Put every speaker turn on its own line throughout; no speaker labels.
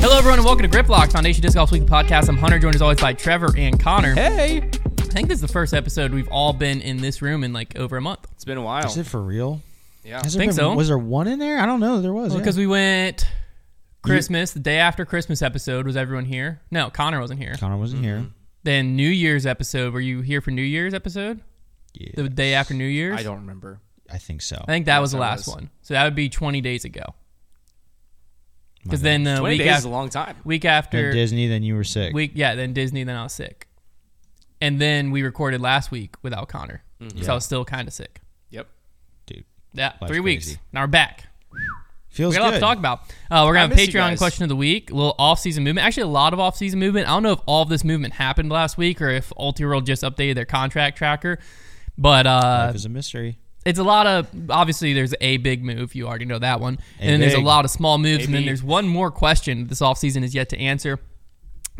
Hello, everyone, and welcome to Grip Lock Foundation Disc Golf Weekly Podcast. I'm Hunter, joined as always by Trevor and Connor.
Hey,
I think this is the first episode we've all been in this room in like over a month.
it's been a while.
Is it for real?
yeah,
Has there
Think
been-
so.
Was there one in there? I don't know. There was.
Because we went Christmas, the day after Christmas episode, was everyone here? No, Connor wasn't here.
Connor wasn't here.
Mm-hmm. Then New Year's episode, were you here for New Year's episode?
Yeah.
The day after New Year's?
I don't remember.
I think so.
I think that was the
that
last
was.
one. So that would be 20 days ago. Because
God.
then the
Twenty
week,
days
af-
is a long time.
week
Then
after,
Disney, then you were sick.
week yeah, then Disney, then I was sick, and then we recorded last week without Connor, so I was still kind of sick.
Yep.
Dude,
Yeah,
Life's
three weeks.
crazy.
Now we're back.
feels
we got a lot
good.
to talk about. Uh, we're
I
gonna have a
miss you
Patreon
guys.
question of the week, a little off-season movement. Actually, a lot of off-season movement. I don't know if all of this movement happened last week or if Ultiworld just updated their contract tracker, but uh,
Life is a mystery.
it's a lot of. Obviously, there's a big move. You already know that one,
A
and then there's a
big.
lot of small moves, and then
big.
there's one more question this off-season is yet to answer.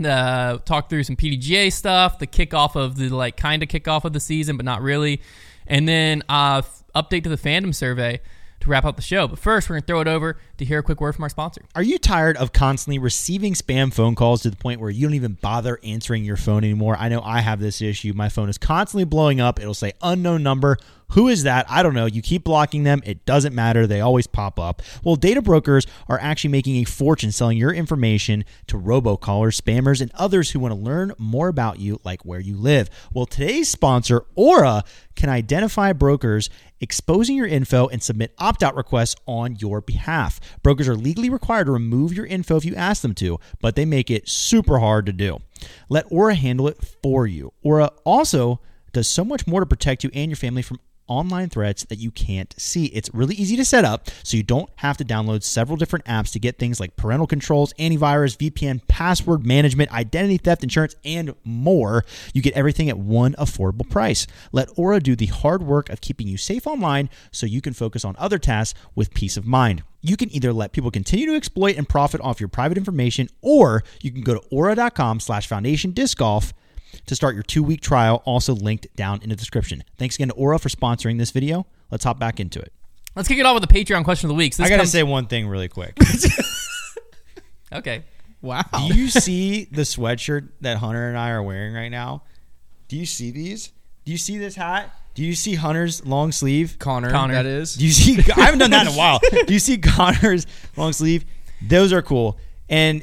Uh, talk through some PDGA stuff, the kickoff of the like kind of kickoff of the season, but not really, and then uh, f- update to the fandom survey to wrap up the show. But first, we're gonna throw it over to hear a quick word from our sponsor.
Are you tired of constantly receiving spam phone calls to the point where you don't even bother answering your phone anymore? I know I have this issue. My phone is constantly blowing up. It'll say unknown number. Who is that? I don't know. You keep blocking them. It doesn't matter. They always pop up. Well, data brokers are actually making a fortune selling your information to robocallers, spammers, and others who want to learn more about you, like where you live. Well, today's sponsor, Aura, can identify brokers exposing your info and submit opt out requests on your behalf. Brokers are legally required to remove your info if you ask them to, but they make it super hard to do. Let Aura handle it for you. Aura also does so much more to protect you and your family from online threats that you can't see. It's really easy to set up, so you don't have to download several different apps to get things like parental controls, antivirus, VPN, password management, identity theft insurance, and more. You get everything at one affordable price. Let Aura do the hard work of keeping you safe online so you can focus on other tasks with peace of mind. You can either let people continue to exploit and profit off your private information, or you can go to aura.com slash foundation disc golf to start your two week trial, also linked down in the description. Thanks again to Aura for sponsoring this video. Let's hop back into it.
Let's kick it off with the Patreon question of the week. So
I
this
gotta
comes-
say one thing really quick.
okay. Wow.
Do you see the sweatshirt that Hunter and I are wearing right now? Do you see these? Do you see this hat? Do you see Hunter's long sleeve?
Connor,
Connor.
that is.
Do you see? I haven't done that in a while. Do you see Connor's long sleeve? Those are cool. And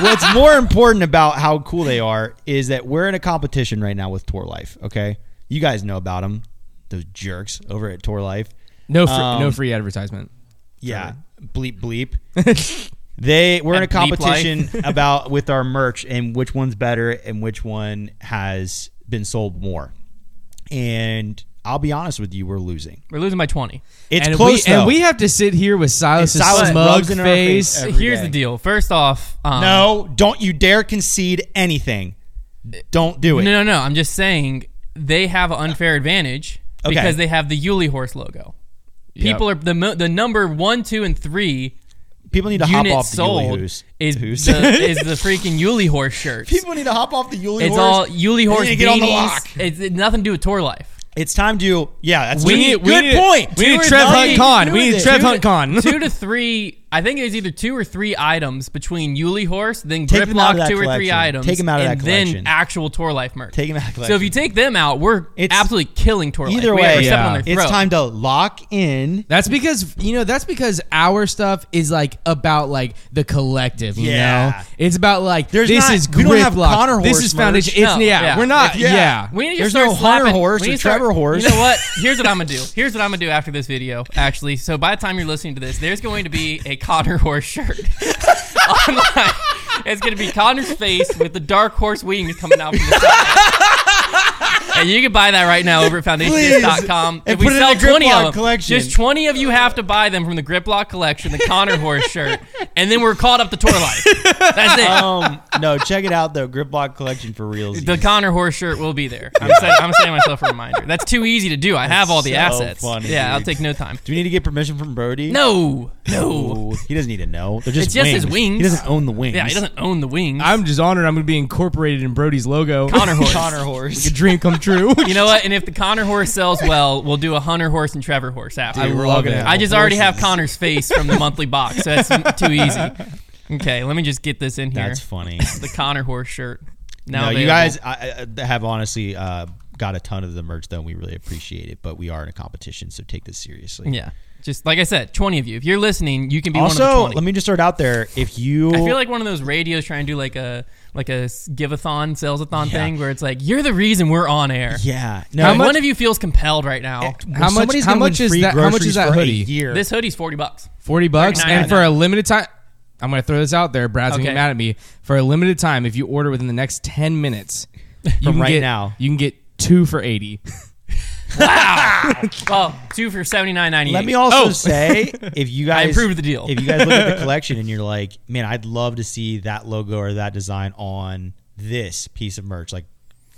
what's more important about how cool they are is that we're in a competition right now with Tour Life. Okay, you guys know about them, those jerks over at Tour Life.
no, free,
Um,
no free advertisement.
Yeah, bleep bleep. they we're in a
At Bleep Life.
competition about with our merch and which one's better and which one has been sold more. And I'll be honest with you, we're losing.
We're losing by 20.
It's
and
close
we,
though.
and we have to sit here with Silas's
And Silas
smug
rubs it in our face
face.
every-
Here's
day.
the deal. First off, um,
No, don't you dare concede anything. Don't do it.
No, no, no. I'm just saying they have an unfair advantage
Okay.
because they have the Yuli horse logo. People are the mo- the number one, two, and three
People need to hop
units
off the
sold
Yuli hoos.
is
Hoos.
the, is the freaking Yuli horse shirts.
People need to hop off the Yuli
it's
horse.
all Yuli
They
horse
need to get on the
beanies.
lock.
It's, it's nothing to do with tour life.
It's time to yeah. That's
We
good,
need- we
good
need-
point.
we need
Dude,
Trev
nothing
Hunt Con.
to do
We
with
need
it.
Trev
Two
Hunt
to-
Con.
two to three. I think it was either two or three items between Yuli Horse, then
Take
Grip
them out
Lock,
of
two
that
or three
collection.
items.
Take them out of
and
that
Then
collection.
actual Tour Life merch.
Take them out of that
So if you take them out, we're
It's-
absolutely killing Tour Life.
Either
We are
way,
stepping on
yeah.
their
it's
throat.
time to lock in.
That's because you know. That's because our stuff is like about like the collective. You
Yeah.
know, it's about like
There's
this
not-
is
we don't
grip
have
lock.
Connor
this
horse
is foundation.
merch.
It's
No,
yeah,
yeah.
We're not.
Yeah.
Yeah.
We need to
There's
start
no Hunter
slapping-
horse
we need
or
to start-
Trevor horse.
You know what? Here's what I'm gonna do. Here's what I'm gonna do after this video. Actually, so by the time you're listening to this, there's going to be a Connor horse shirt online. It's gonna be Connor's face with the dark horse wings coming out from the side. And you can buy that right now over at foundationdisc.com.
And
If we
put it in
sell
the Grip
20 of
Lock
them,
collection.
just 20 of you have to buy them from the Grip Lock collection, the Connor horse shirt, and then we're caught up to tour life. That's it.
um, no, check it out though. Grip Lock collection for reals.
The Connor horse shirt will be there. I'm, set, I'm setting myself a reminder. That's too easy to do. I have all the
so
assets.
funny,
yeah, I'll
dude.
take no time.
Do we need to get permission from Brody?
No, no.
Ooh, he doesn't need to know. They're just
It's just his wings.
He doesn't own the wings.
Yeah, he doesn't own the wings.
I'm just honored. I'm going to be incorporated in Brody's logo.
Connor horse.
Connor horse.
a dream come true.
You know what? And if the Connor horse sells well, we'll do a Hunter horse and Trevor horse after.
Dude,
I,
we're all gonna
just already have Connor's face from the monthly box, so that's too easy. Okay, let me just get this in here.
That's funny.
the Connor horse shirt. Now
no, you
available.
guys I, I have honestly uh, got a ton of the merch though. And we really appreciate it, but we are in a competition, so take this seriously.
Yeah, just like I said, twenty of you. If you're listening, you can be one of the
Also,
twenty.
let me just start out there. If you,
I feel like one of those radios trying to do like a like a s- give-a-thon, sales-a-thon
Yeah.
thing where it's like you're the reason we're on air.
yeah,
How
no,
one of you feels compelled right now.
How much-
somebody's
how
gonna win
much is
free
that- how much
groceries
is that
for a
hoodie?
year.
This hoodie's forty bucks.
Forty bucks,
Thirty-nine,
and for a limited time, I'm gonna throw this out there. Brad's gonna
Okay.
get mad at me. For a limited time, if you order within the next ten minutes, you can
right
get,
now.
you can get two for eighty.
Well, two for seventy nine ninety eight.
Let me
Oh.
also say, if you guys
improved the deal.
if you guys look at the collection and you're like, man, I'd love to see that logo or that design on this piece of merch, like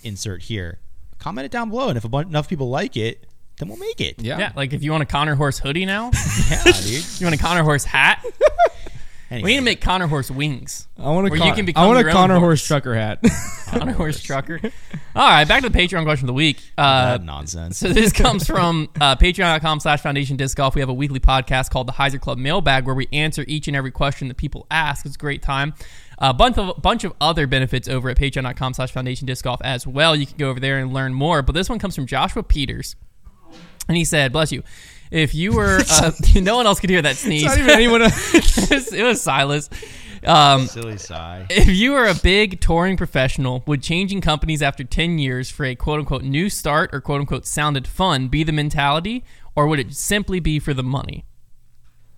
insert here. Comment it down below, and if a bunch, enough people like it, then we'll make it.
Yeah.
Oh, yeah, like if you want a Connor horse hoodie now,
yeah dude.
you want a Connor horse hat.
Anyway,
We need to make Connor horse wings.
I want a
Where you
Con-
can become
I want a
your own
Connor
horse.
horse trucker hat.
Connor horse trucker. All right, back to the Patreon question of the week. Uh,
that nonsense.
So this comes from uh, patreon.com slash foundation disc golf. We have a weekly podcast called the Heiser Club Mailbag where we answer each and every question that people ask. It's a great time. A bunch of, bunch of other benefits over at patreon.com slash foundation disc golf as well. You can go over there and learn more. But this one comes from Joshua Peters. And he said, bless you. If you were, uh, no one else could hear that sneeze.
Not even anyone.
it, was, it was Silas. Um,
Silly sigh.
if you are a big touring professional, would changing companies after 10 years for a quote unquote new start or quote unquote sounded fun be the mentality, or would it simply be for the money?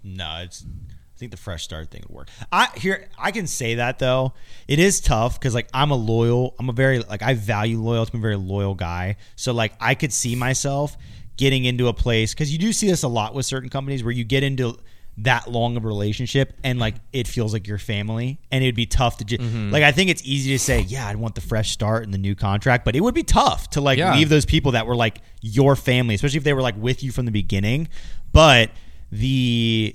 No, it's. I think the fresh start thing would work. I here I can say that though. It is tough because like I'm a loyal. I'm a very like I value loyalty. I'm a very loyal guy. So like I could see myself getting into a place because you do see this a lot with certain companies where you get into that long of a relationship and like it feels like your family and it'd be tough to just like I think it's easy to say yeah I'd want the fresh start and the new contract but it would be tough to like
Yeah.
leave those people that were like your family especially if they were like with you from the beginning but the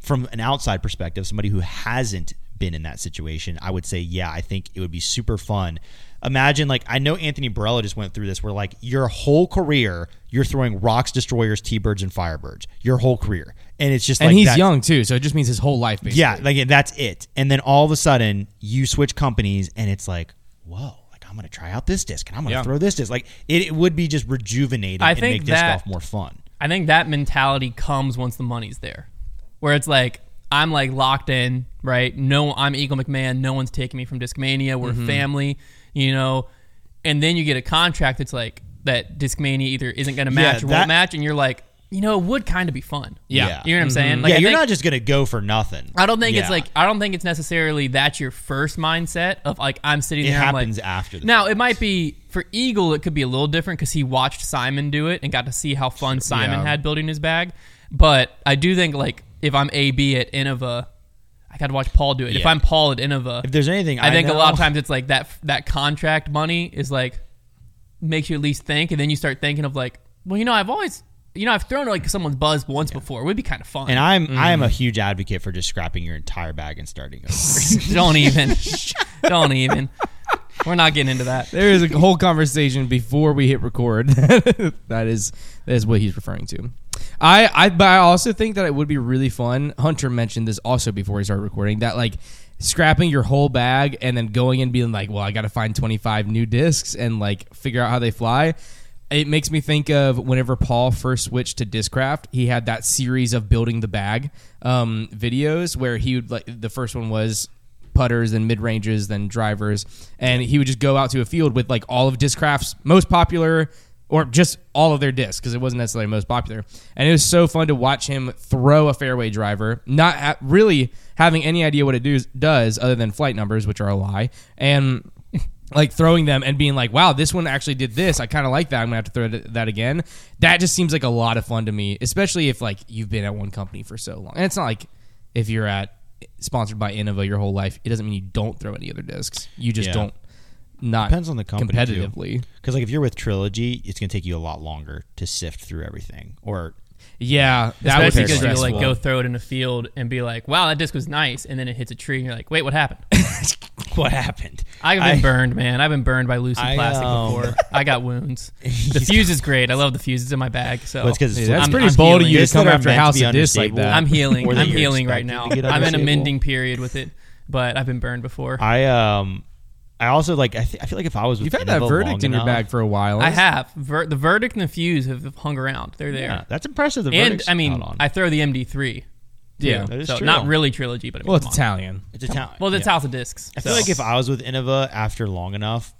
from an outside perspective, somebody who hasn't been in that situation, I would say, yeah, I think it would be super fun. Imagine, like, I know Anthony Barella just went through this where, like, your whole career, you're throwing rocks, destroyers, T Birds, and Firebirds, your whole career. And it's just
and
like,
he's
that-
young too, so it just means his whole life. Basically.
Yeah, like, that's it. And then all of a sudden, you switch companies, and it's like, whoa. like I'm gonna try out this disc and I'm gonna
Yeah.
throw this disc. Like it, it would be just rejuvenating
I
and
think
make disc
that-
golf more fun.
I think that mentality comes once the money's there, where it's like, I'm like locked in, right? No, I'm Eagle McMahon. No one's taking me from Discmania. We're
Mm-hmm.
family, you know? And then you get a contract that's like, that Discmania either isn't going to match or
that-
won't match, and you're like, you know, it would kind of be fun.
Yeah. Mm-hmm.
You know what I'm saying? Like,
yeah,
I
you're
think-
not just gonna go for nothing.
I don't think it's
Yeah.
like I don't think it's necessarily that's your first mindset of like I'm sitting
It
there. I'm like-
happens after the
now it might be for Eagle. It could be a little different because he watched Simon do it and got to see how fun Simon
Yeah.
had building his bag. But I do think like if I'm AB at Innova, I got to watch Paul do it. If
Yeah.
I'm Paul at Innova,
If there's anything, I,
I think a lot of
know-
times it's like that that contract money is like makes you at least think, and then you start thinking of like, well, you know, I've always. You know, I've thrown like someone's buzz once before. It would be kind of fun.
And I'm I am a huge advocate for just scrapping your entire bag and starting over.
don't even. don't even. We're not getting into that.
There is a whole conversation before we hit record. that is that is what he's referring to. I, I but I also think that it would be really fun. Hunter mentioned this also before he started recording that like scrapping your whole bag and then going and being like, well, I got to find 25 new discs and like figure out how they fly. It makes me think of whenever Paul first switched to Discraft, he had that series of building the bag um, videos where he would like the first one was putters, then mid ranges, then drivers, and he would just go out to a field with like all of Discraft's most popular or just all of their discs because it wasn't necessarily most popular. And it was so fun to watch him throw a fairway driver, not ha- really having any idea what it do- does other than flight numbers, which are a lie, and like throwing them and being like, "Wow, this one actually did this. I kind of like that. I'm gonna have to throw th- that again." That just seems like a lot of fun to me, especially if like you've been at one company for so long. And it's not like if you're at sponsored by Innova your whole life, it doesn't mean you don't throw any other discs. You just
Yeah.
don't. Not
Depends on the company, too.
competitively.
Because like if you're with Trilogy, it's gonna take you a lot longer to sift through everything. Or
Yeah, that would
Especially
be
because you
stressful.
like go throw it in a field and be like, "Wow, that disc was nice," and then it hits a tree, and you're like, "Wait, what happened?"
what happened.
I've been
I-
burned, man. I've been burned by Lucy
I,
Plastic
um,
before. I got wounds. The
He's-
fuse is great. I love the fuse. It's in my bag. So
Well, it's 'cause it's
Hey, that's
I'm-
pretty
I'm
bold
healing.
of you
Discs
to come
that are
after
meant to
House
be
of Discs like
unstable.
that.
I'm healing.
Or that
I'm
you're
healing right now.
expected to get
I'm in a
unstable.
mending period with it, but I've been burned before. I,
I um, I also like. I, th- I feel like if I was, with
You've had that
Innova
verdict
long
in your
enough-
bag for a while.
have Ver- the verdict and the fuse have hung around. They're there.
Yeah, that's impressive. The
and
verdict's
I mean,
held on.
I throw the MD3.
Yeah.
too.
That is
so
true.
not really trilogy, but I mean,
Well, it's
come on.
Italian.
it's a town.
Well,
yeah.
it's House of Discs.
I feel
so-
like if I was with Innova after long enough,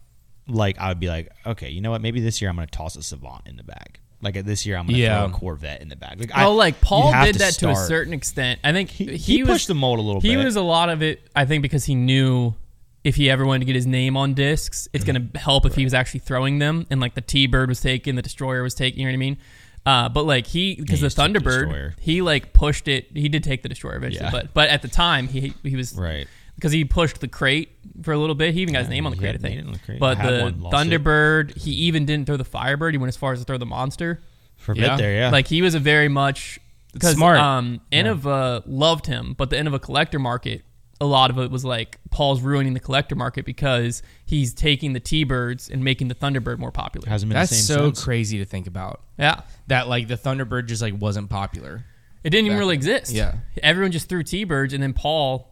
like I would be like, okay, you know what? Maybe this year I'm going to toss a Savant in the bag. Like uh, this year I'm going to
Yeah.
throw a Corvette in the bag. Like, I-
Oh, like
you
Paul
have
did that to a
start.
certain extent. I think
He,
he,
he
was
pushed the mold a little
he
bit.
was a lot of it. I think because he knew if he ever wanted to get his name on discs, it's
Mm-hmm.
going to help if he was actually throwing them. And like the T Bird was taken, the Destroyer was taken. You know what I mean? Uh, but like he because
Yeah,
the
he took the
Thunderbird,
Destroyer.
he like pushed it. He did take the Destroyer eventually,
Yeah.
but but at the time he he was
right.
because he pushed the crate for a little bit. He even got his name on the
he
crate, I
had
think.
made it on the crate.
But
I had
the
one, lost it.
Thunderbird, he even didn't throw the Firebird. He went as far as to throw the Monster.
For a
Yeah.
bit there, yeah.
Like he was a very much because
smart.
Um, Innova loved him, but the Innova collector market, a lot of it was like Paul's ruining the collector market because he's taking the T Birds and making the Thunderbird more popular.
hasn't been
That's
the same
so
since.
crazy to think about.
yeah,
That like the Thunderbird just like wasn't popular.
it didn't even
Back
really
then.
exist.
Yeah.
everyone just threw T Birds, and then Paul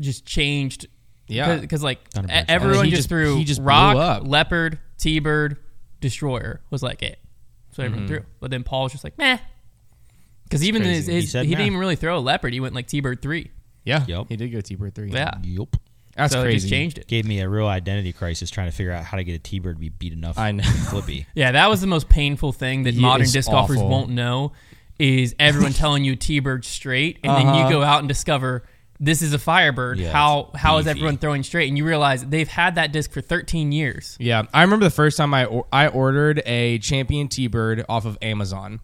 just changed.
Yeah.
because like e-
Thunderbirds.
And then
everyone
he
just,
just-
threw
he just blew
rock,
up.
leopard, T Bird, destroyer was like it. So everyone
Mm-hmm.
threw, but then Paul's just like meh. Because even
crazy.
his,
He
his he,
said
didn't
meh.
even really throw a leopard. He went like T Bird three.
Yeah.
Yup.
He did go T-Bird 3.
Yeah.
Yup.
That's
so
crazy.
It just changed it.
Gave me a real identity crisis trying to figure out how to get a T-bird to be beat enough.
I know.
and Flippy.
Yeah, that was the most painful thing that
Yeah,
modern
it's
disc golfers
awful.
won't know is everyone telling you T-bird straight, and then you
Uh-huh.
go out and discover this is a Firebird.
Yeah,
how
it's
how is
beefy.
everyone throwing straight? And you realize they've had that disc for 13 years.
Yeah, I remember the first time I or- I ordered a Champion T-Bird off of Amazon.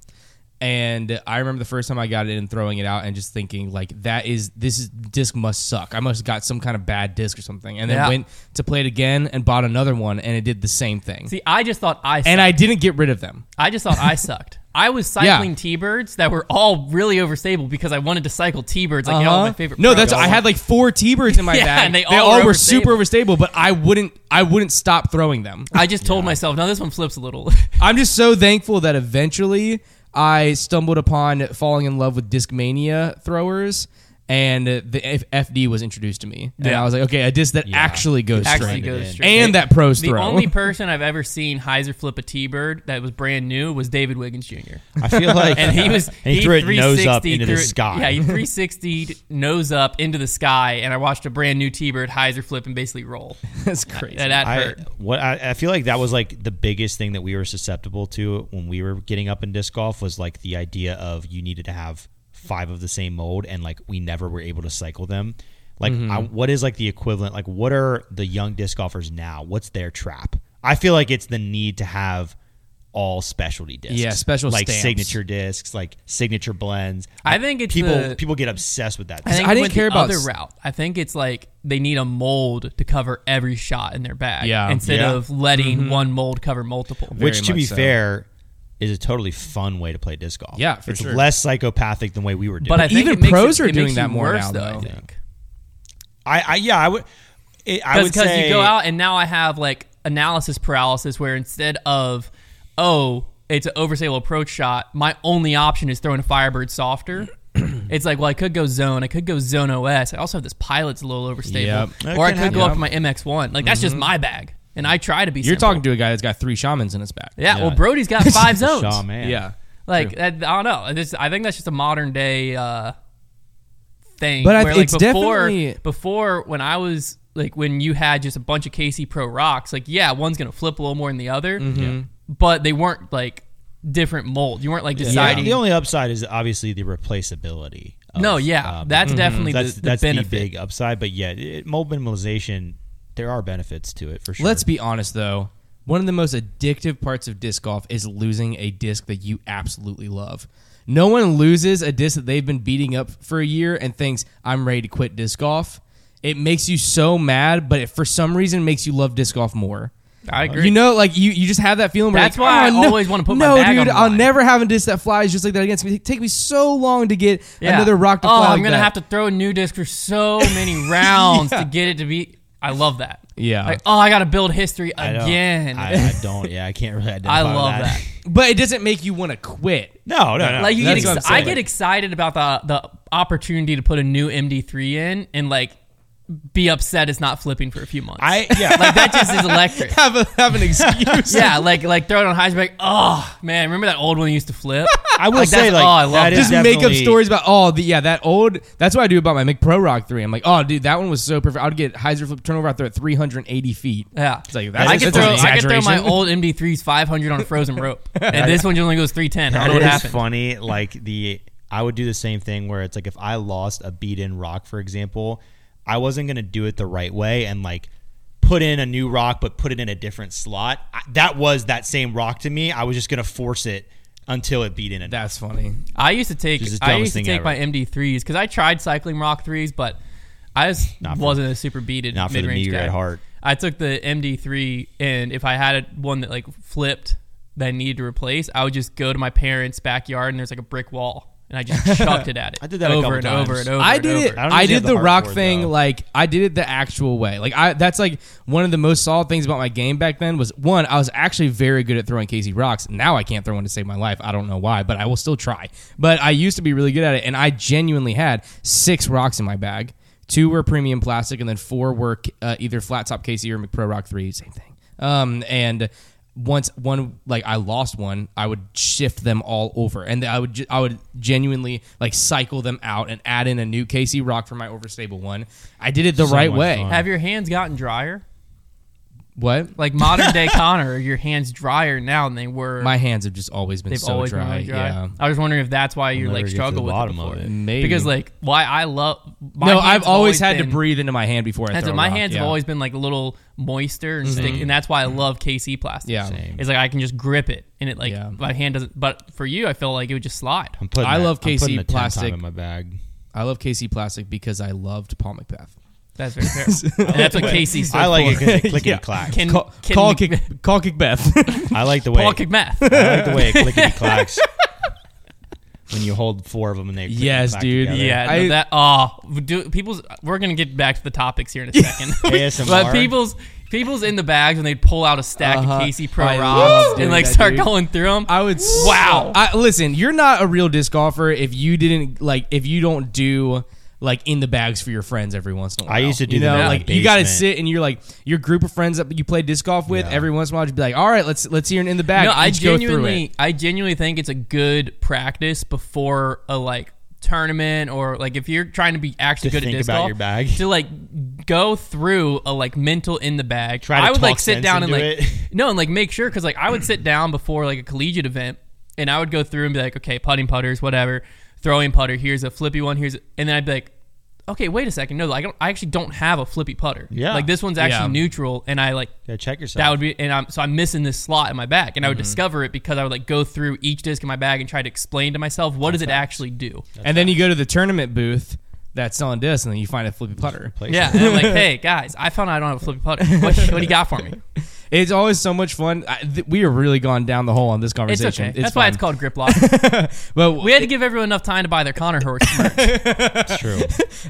And I remember the first time I got it and throwing it out and just thinking like that is this is, disc must suck. I must have got some kind of bad disc or something. And then
Yeah.
went to play it again and bought another one and it did the same thing.
See, I just thought I sucked.
and I didn't get rid of them.
I just thought I sucked. I was cycling T-birds that were all really overstable because I wanted to cycle T-birds like you know, all
Uh-huh.
my favorite.
No,
pros.
that's I had like four T-birds in my
Yeah,
bag.
and they
they
all
all,
were
were super overstable, but I wouldn't I wouldn't stop throwing them.
I just told myself, no, this one flips a little.
I'm just so thankful that eventually I stumbled upon falling in love with Discmania throwers, and the F- FD was introduced to me. And
Yeah.
I was like, okay, a disc that
Yeah.
actually goes
actually
straight,
goes
in.
straight.
and that pros
The
throw.
only person I've ever seen Heiser flip a T-bird that was brand new was David Wiggins Jr.
I feel like
And he was
and he, threw it nose up
360
into
threw
the
it-
sky.
Yeah, he 360 nose up into the sky, and I watched a brand new T-bird Heiser flip and basically roll.
That's crazy.
And that
I
hurt.
what I, I feel like that was like the biggest thing that we were susceptible to when we were getting up in disc golf was like the idea of you needed to have five of the same mold and like we never were able to cycle them. Like
Mm-hmm.
I, what is like the equivalent? Like what are the young disc golfers now? What's their trap? I feel like it's the need to have all specialty discs.
Yeah, special
like
stamps.
signature discs, like signature blends.
I
Like,
think it's
people
the-
people get obsessed with that.
I think
I
I
didn't
didn't
care
the
about
other
s-
route. I think it's like they need a mold to cover every shot in their bag,
Yeah. Mm-hmm.
instead
Yeah.
of letting one mold cover multiple.
Very
Which, to
much
be
so.
fair, is a totally fun way to play disc golf.
Yeah, for
it's
sure.
less psychopathic than way we were doing.
But I
But
think
even
it makes
pros
it-
are
it makes
doing that
you
more
worse,
now,
though. I
though.
think.
I, I, yeah, I would. It, I would
because
say
you go out and now I have like analysis paralysis where instead of oh it's an overstable approach shot, my only option is throwing a Firebird softer. it's like well I could go zone, I could go zone OS. I also have this pilot's a little overstable,
That
or I
can
could
happen.
go up to my MX1. Like that's
Mm-hmm.
just my bag, and I try to be.
You're
simple.
talking to a guy that's got three shamans in his back.
yeah,
Yeah.
Well, Brody's got five zones.
Shaw, man.
yeah.
Like that, I don't know. This, I think that's just a modern day uh, thing.
But I-
where, like,
it's
before,
definitely-
before when I was like when you had just a bunch of KC Pro rocks. Like yeah, one's gonna flip a little more than the other,
Mm-hmm.
but they weren't like different mold. You weren't like deciding.
The only upside is obviously the replaceability. of,
no, yeah,
um,
that's definitely
that's
the, the
that's
benefit.
big upside. But yeah, it, mold minimalization. There are benefits to it for sure.
Let's be honest though. One of the most addictive parts of disc golf is losing a disc that you absolutely love. No one loses a disc that they've been beating up for a year and thinks, I'm ready to quit disc golf. It makes you so mad, but it for some reason makes you love disc golf more.
I agree.
You know, like you, you just have that feeling. Where
That's
like,
why
"Oh,
I
no-
always wanna put my
no,
bag on
dude.
the
I'll
line."
never have a disc that flies just like that against me. It take me so long to get
Yeah.
another rock to
oh,
fly.
I'm
like
gonna
that.
have to throw a new disc for so many rounds to get it to be. I love that.
Yeah.
Like, oh, I got to build history
I don't-
again.
I, I don't. Yeah, I can't really identify.
I
with
love that.
but it doesn't make you want to quit.
No, no, no.
Like you get,
That's what
ex-
I'm
I
saying.
get excited about the the opportunity to put a new MD3 in and like be upset it's not flipping for a few months.
I yeah.
like that just is electric.
Have a have an excuse.
yeah, like like throw it on Heisenberg. Oh man, remember that old one you used to flip?
I will
Like, that's-
say like
oh, I love
that
that.
is
just make up
definitely-
stories about oh the yeah that old that's what I do about my McPro Rock three. I'm like oh dude that one was so perfect. I'd get Heiser flip turnover out there at 380 feet.
yeah.
It's like, that's-
I could
that's an
throw I could throw my
exaggeration.
old MD3s 500 on a frozen rope, and this one just only goes 310. I
That
don't know what
is
happened.
funny. Like the I would do the same thing where it's like if I lost a beat in rock, for example, I wasn't gonna do it the right way and like put in a new rock, but put it in a different slot. I, that was that same rock to me. I was just gonna force it until it beat in. A,
That's funny.
I used to take
Which is the
I
dumbest
used to
thing
take
ever.
my MD3s because I tried cycling rock threes, but I just
Not for-
wasn't a super beaded
not for the
mid-range
meager
guy.
at heart.
I took the MD3, and if I had a- one that like flipped that I needed to replace, I would just go to my parents' backyard, and there's like a brick wall, and I just chucked it at it.
I did that a
over
couple
and
times.
over and over.
I
and
did it.
over.
I don't
I,
usually have
did
the
the
heart
rock
for it,
thing.
though.
Like I did it the actual way. Like I that's like one of the most solid things about my game back then was one I was actually very good at throwing Casey rocks. Now I can't throw one to save my life. I don't know why, but I will still try. But I used to be really good at it, and I genuinely had six rocks in my bag. Two were premium plastic, and then four were uh, either flat top Casey or McPro Rock three. Same thing. Um and. Once one like I lost one, I would shift them all over, and I would ge- I would genuinely like cycle them out and add in a new Casey Rock for my overstable one. I did it the right
much
way.
fun.
Have your hands gotten drier?
What?
Like modern day Connor, are your hands drier now than they were?
My hands have just always been
they've
so
always
dry.
been really dry.
Yeah.
I was wondering if that's why you
never
like
get to
struggle
the
with
bottom
it before.
of it.
Maybe.
Because like why I love my
no,
hands
I've
have
always had
been-
to breathe into my hand before I
That's
throw
it.
a
My
rock,
hands
yeah. Mm-hmm.
have always been like a little moister and stick, and that's why I love KC plastic.
Yeah. Same.
it's like I can just grip it, and it like
Yeah.
my hand doesn't. But for you, I feel like it would just slide.
I'm putting
I
that-
love
I'm putting
KC
a 10 time
plastic.
in my bag.
I love Casey plastic because I loved Paul McBeth.
That's very fair. and that's what KC.
I like it because it clickety clacks.
Can,
Call,
can
call,
Mc-
kick, call kick Beth.
I like the way
Paul McMath.
I like the way it clickety clacks when you hold four of them and they
Yes,
clickety-clack
dude.
together.
Yeah,
I-
no, that oh, do, people's. We're gonna get back to the topics here in a second.
ASMR.
but people's people's in the bags and they'd pull out a stack
Uh-huh.
of KC Pro
I love
Rocks
doing
and like
that,
start
dude.
going through them.
I would. s-
Wow.
I, listen, you're not a real disc golfer if you didn't like if you don't do like in the bags for your friends every once in a while.
I used to do
you
them
know,
in my
like you got to
basement.
sit and you're like your group of friends that you play disc golf with
Yeah.
every once in a while. You'd be like, all right, let's let's hear an in the bag.
No, I
Each go through it.
genuinely, I genuinely think it's a good practice before a like tournament or like if you're trying to be actually
To
good
think
at disc
about
golf,
your bag.
to like go through a like mental in the bag.
Try to
I would
talk
like sit
sense
down and
into
like
it.
no, and like make sure because like I would sit down before like a collegiate event and I would go through and be like, okay, putting putters, whatever, throwing putter. Here's a flippy one. Here's and then I'd be like. Okay, wait a second. No, I don't. I actually don't have a flippy putter.
Yeah.
like this one's actually
Yeah.
neutral, and I like
Yeah, check yourself.
that would be, and I'm so I'm missing this slot in my bag, and I would
Mm-hmm.
discover it because I would like go through each disc in my bag and try to explain to myself what does it actually do.
and then you go to the tournament booth that's selling discs, and then you find a flippy putter.
Yeah, and I'm like, hey guys, I found out I don't have a flippy putter. What, what do you got for me?
It's always so much fun. I, th- we are really gone down the hole on
It's
this conversation.
okay. That's why it's
fun.
called grip lock.
But
We had to give everyone enough time to buy their Connor horse. merch.
That's true.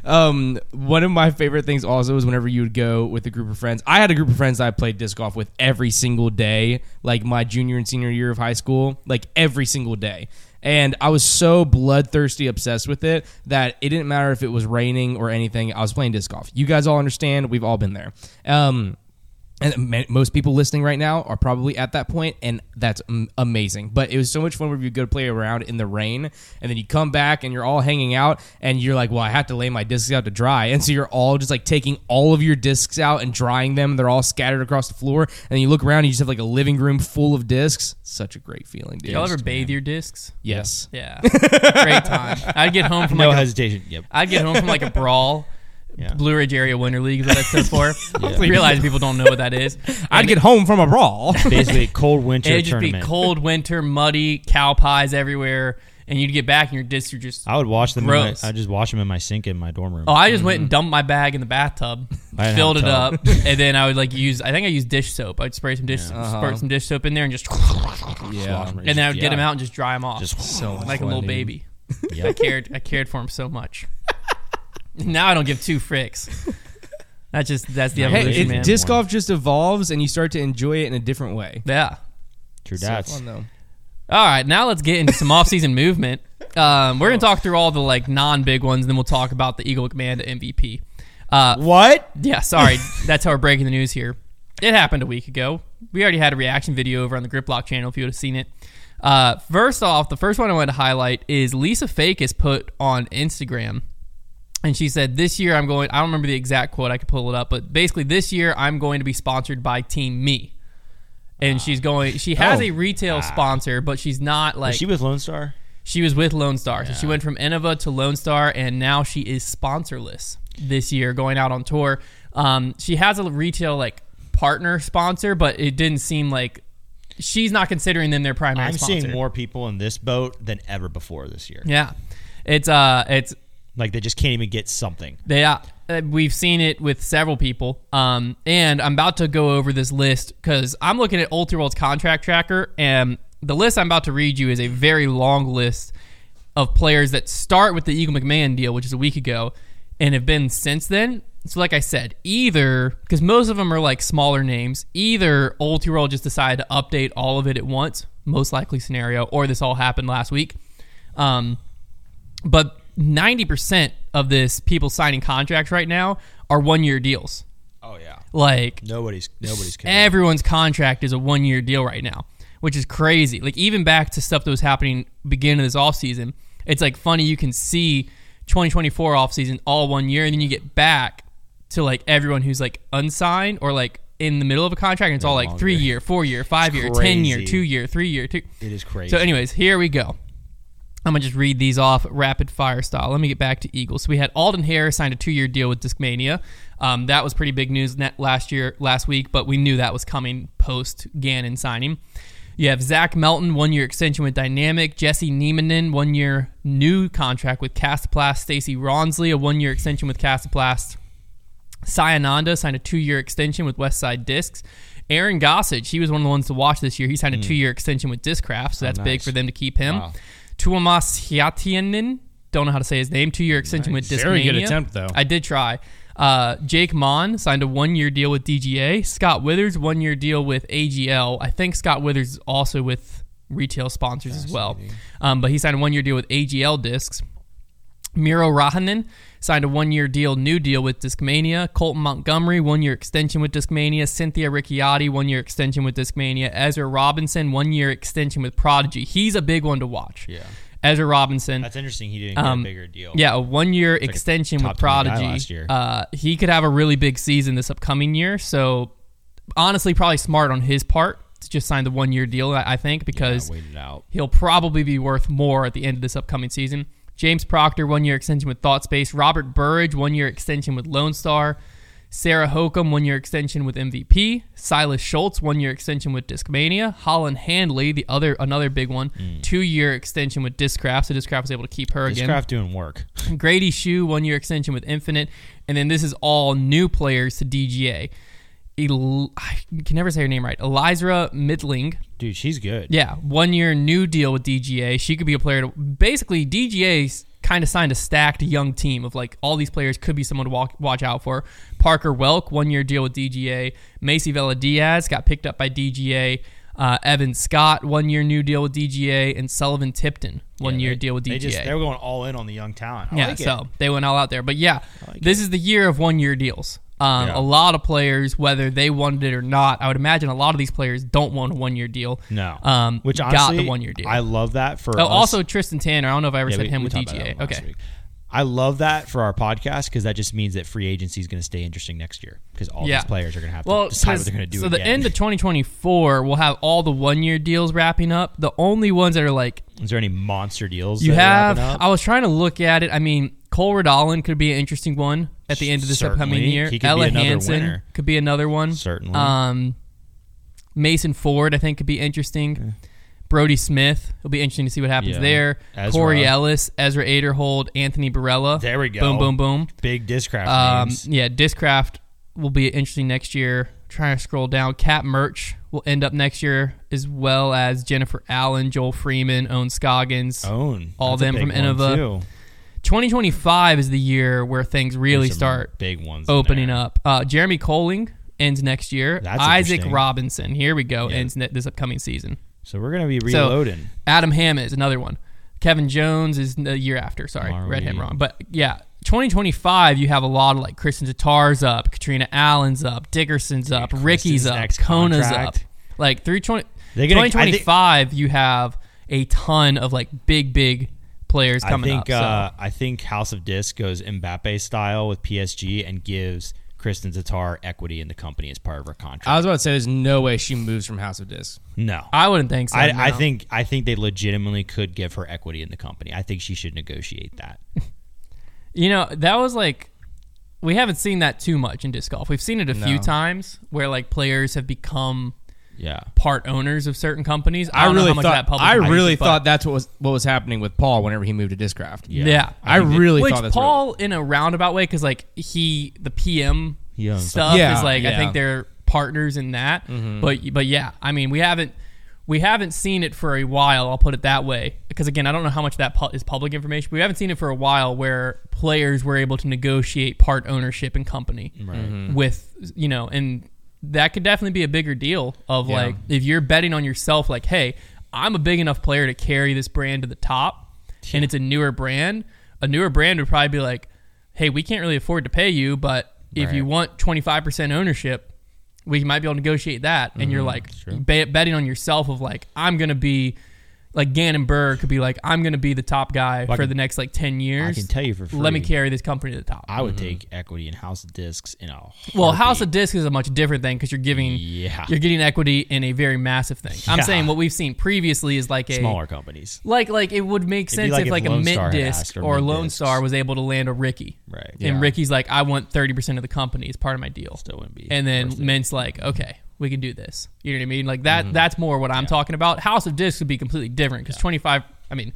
Um, one of my favorite things also is whenever you would go with a group of friends. I had a group of friends that I played disc golf with every single day, like my junior and senior year of high school, like every single day. And I was so bloodthirsty obsessed with it that it didn't matter if it was raining or anything. I was playing disc golf. You guys all understand. We've all been there. Um, and ma- most people listening right now are probably at that point, and that's am- amazing. But it was so much fun where you go to play around in the rain, and then you come back and you're all hanging out, and you're like, "Well, I have to lay my discs out to dry," and so you're all just like taking all of your discs out and drying them. They're all scattered across the floor, and then you look around and you just have like a living room full of discs. Such a great feeling, dude.
Y'all ever bathe your discs?
yes.
Yeah, great time. I'd get home from
No
like a
hesitation. Yep.
I'd get home from like a brawl.
Yeah.
Blue Ridge Area Winter League is what that stands for.
Yeah.
Realize people don't know what that is.
I'd get home from a brawl.
Basically, cold winter
And it'd just
tournament.
be cold winter, muddy, cow pies everywhere, and you'd get back and your discs are just.
I would wash them. In my,
Gross.
I just wash them in my sink in my dorm room.
Oh, I just went and dumped my bag in the bathtub,
I didn't
filled it
have a
up,
tub.
and then I would like use. I think I used dish soap. I'd spray some dish, squirt some dish soap in there, and just,
yeah.
Wash 'em.
and then I would
Uh-huh. Yeah.
get them out and just dry them off,
Just
So much
like a
fun,
little
dude.
baby.
yeah.
Cared, I cared for him so much. now I don't give two fricks. That's just that's the
Hey,
evolution,
Hey, it-
man.
disc golf just evolves, and you start to enjoy it in a different way.
yeah.
True
So
dats.
fun, though.
All right, now let's get into some off-season movement. Um, we're gonna talk through all the like non-big ones, and then we'll talk about the Eagle Command MVP. Uh,
What?
Yeah, sorry. That's how we're breaking the news here. It happened a week ago. We already had a reaction video over on the Griplock channel if you would have seen it. Uh, first off, the first one I wanted to highlight is Lisa Fakis put on Instagram. And she said, This year I'm going, I don't remember the exact quote, I could pull it up, but basically, this year I'm going to be sponsored by Team Me. And she's going, she has
Oh.
a retail sponsor, but she's not like,
she
she,
was Lone Star.
was with Lone Star. So she went from Innova to Lone Star, and now she is sponsorless this year going out on tour. Um, she has a retail like partner sponsor, but it didn't seem like she's not considering them their primary
I'm
sponsor.
seeing more people in this boat than ever before this year.
Yeah. It's, uh, it's,
Like they just can't even get something.
They, uh, uh, we've seen it with several people. Um, and I'm about to go over this list because I'm looking at Ultraworld's contract tracker, and the list I'm about to read you is a very long list of players that start with the Eagle McMahon deal, which is a week ago, and have been since then. So, like I said, either because most of them are like smaller names, either Ultraworld just decided to update all of it at once, most likely scenario, or this all happened last week. Um, but 90% of this people signing contracts right now are one year deals.
Oh yeah.
Like
Nobody's nobody's committed.
everyone's contract is a one year deal right now, which is crazy. Like even back to stuff that was happening beginning of this offseason, it's like funny you can see 2024 offseason all one year and then you get back to like everyone who's like unsigned or like in the middle of a contract and it's all like
longer.
3 year, 4 year, 5 year, 10 year,
crazy.
2 year, 3 year, 2
It is crazy.
so, anyways, here we go. I'm gonna just read these off rapid fire style. Let me get back to Eagles. So we had Alden Harris signed a two-year deal with Discmania. Um, that was pretty big news net last year, last week, but we knew that was coming post Gannon signing. You have Zach Melton, one-year extension with Dynamic. Jesse Niemanen, one-year new contract with Castoplast. Stacy Ronsley, a one-year extension with Castoplast. Sayananda signed a two-year extension with Westside Discs. Aaron Gossage, he was one of the ones to watch this year. He
Mm.
signed a two-year extension with Discraft, so that's
Oh,
big
nice.
for them to keep him.
Wow.
Tuomas Hiatianen, don't know how to say his name, two-year extension with Discmania.
Very good attempt, though.
I did try. Uh, Jake Mon signed a one-year deal with DGA. Scott Withers, one-year deal with AGL. I think Scott Withers is also with retail sponsors as well, um, but he signed a one-year deal with AGL Discs. Miro Rahanen signed a one-year deal, new deal with Discmania. Colton Montgomery, one-year extension with Discmania. Cynthia Ricciardi, one-year extension with Discmania. Ezra Robinson, one-year extension with Prodigy. He's a big one to watch.
Yeah.
Ezra Robinson.
That's interesting. He didn't get
Um,
a bigger deal.
Yeah, a one-year extension
top
with
20 guy
Prodigy.
last year.
Uh, he could have a really big season this upcoming year. So, honestly, probably smart on his part to just sign the one-year deal. I I think because
I waited out.
He'll probably be worth more at the end of this upcoming season. James Proctor, one year extension with ThoughtSpace. Robert Burridge, one year extension with Lone Star. Sarah Hokum, one year extension with MVP. Silas Schultz, one year extension with Discmania. Holland Handley, the other another big one, two year extension with Discraft. So Discraft was able to keep her
This
again.
craft doing work.
Grady Shue, one year extension with Infinite, and then this is all new players to DGA. El- I can never say her name right. Elizra Midling,
Dude, she's good.
yeah, one year new deal with DGA. She could be a player. To, basically, DGA kind of signed a stacked young team of like all these players could be someone to walk, watch out for. Parker Welk, one year deal with DGA. Macy Vela Diaz got picked up by DGA. Uh, Evan Scott, one year new deal with DGA, and Sullivan Tipton, one year deal with DGA.
They just they were going all in on the young talent. I
Yeah,
like it.
so they went all out there. But yeah, this is the year of one year deals. Um,
Yeah.
A lot of players, whether they wanted it or not, I would imagine a lot of these players don't want a one year deal.
No.
Um,
Which
got
honestly,
the one year deal.
I love that for
oh,
us.
also Tristan Tanner. I don't know if I ever
Yeah,
said
we-
him
we
with
talked about that
DGA.
one last
Okay.
week. I love that for our podcast because that just means that free agency is going to stay interesting next year because all
Yeah.
these players are going to have
Well,
to decide what
'cause-
they're going to do.
so the
again.
end of 2024, we'll have all the one year deals wrapping up. The only ones that are like
is there any monster deals?
you
that are
have. um,
wrapping up?
I was trying to look at it. I mean, Cole Redolin could be an interesting one at the end of this upcoming
Certainly.
year.
He could be
Ella
another
Hansen
winner.
could be another one.
Certainly.
Um, Mason Ford, I think, could be interesting. Brody Smith, it'll be interesting to see what happens
Yeah.
there.
Ezra.
Corey Ellis, Ezra Aderhold, Anthony Barella.
There we go.
Boom, boom, boom.
Big discraft.
Um,
names.
yeah, Discraft will be interesting next year. Trying to scroll down. Cat Merch will end up next year, as well as Jennifer Allen, Joel Freeman, Owen Scoggins.
Own
all
That's a
them
big
from
one,
Innova.
too.
2025 is the year where things really
Some
start
big ones in
opening
there.
up. Uh, Jeremy Colling ends next year.
That's
Isaac
interesting.
Robinson, here we go,
Yeah.
ends ne- this upcoming season.
So we're gonna be
So-
reloading.
Adam Hammett is another one. Kevin Jones is the year after. Sorry,
Are
read him
we-
wrong. But yeah, 2025, you have a lot of like Kristen Tatar's up, Katrina Allen's up, Dickerson's up, Ricky's
Kristen's
up,
next
Kona's up.
contract.
Like through 20,
They're gonna- I think-
2025, you have a ton of like big, big players
I
coming
think
up. so-
uh, I think House of Disc goes Mbappe style with PSG and gives Kristen Tatar equity in the company as part of her contract.
Uh,
I was about to say, there's no way she moves from House of Disc.
no.
I wouldn't think so.
I,
no.
I think I think they legitimately could give her equity in the company. I think she should negotiate that.
You know, that was like we haven't seen that too much in disc golf. We've seen it a few
No.
times where like players have become
Yeah.
part owners of certain companies. I,
I,
don't know
really
how much
thought
that public
I really
is, but-
thought that's what was what was happening with Paul whenever he moved to Discraft.
yeah.
I really
Which
thought that's what it was.
Paul in a roundabout way cuz like he the PM
He owns
stuff
Yeah,
is like I
yeah.
think they're partners in that. But but yeah, I mean, we haven't we haven't seen it for a while, I'll put it that way. Because again, I don't know how much that pu- is public information. But we haven't seen it for a while where players were able to negotiate part ownership and company with, you know, and that could definitely be a bigger deal of like if you're betting on yourself like, "Hey, I'm a big enough player to carry this brand to the top." And it's a newer brand. A newer brand would probably be like, "Hey, we can't really afford to pay you, but if you
Right.
want 25% ownership, we might be able to negotiate that. And
Mm-hmm.
you're like ba- betting on yourself of like, I'm going to be like Gannon Burr could be like, I'm going to be the top guy
I
for
can-
the next like 10 years.
can tell you for
Let me
free.
carry this company to the top.
I would take equity in House of Discs in a
Mm-hmm. well,
heartbeat.
House of Disc is a much different thing because you're giving,
Yeah.
you're getting equity in a very massive thing. I'm
Yeah.
saying what we've seen previously is like a
smaller companies.
Like, like it would make
be
sense
like
if
if
like a
Lone
mint
Star had
disc
asked or
or
Mint
Lone
Discs.
Star was able to land a Ricky,
Right.
And
Yeah.
Ricky's like, I want thirty percent of the company as part of my deal.
Still wouldn't be
And then
worth it. Mm-hmm.
Mint's like, okay, we can do this. You know what I mean? Like that. That's more what I'm talking about. House of Discs would be completely different because twenty five. I mean,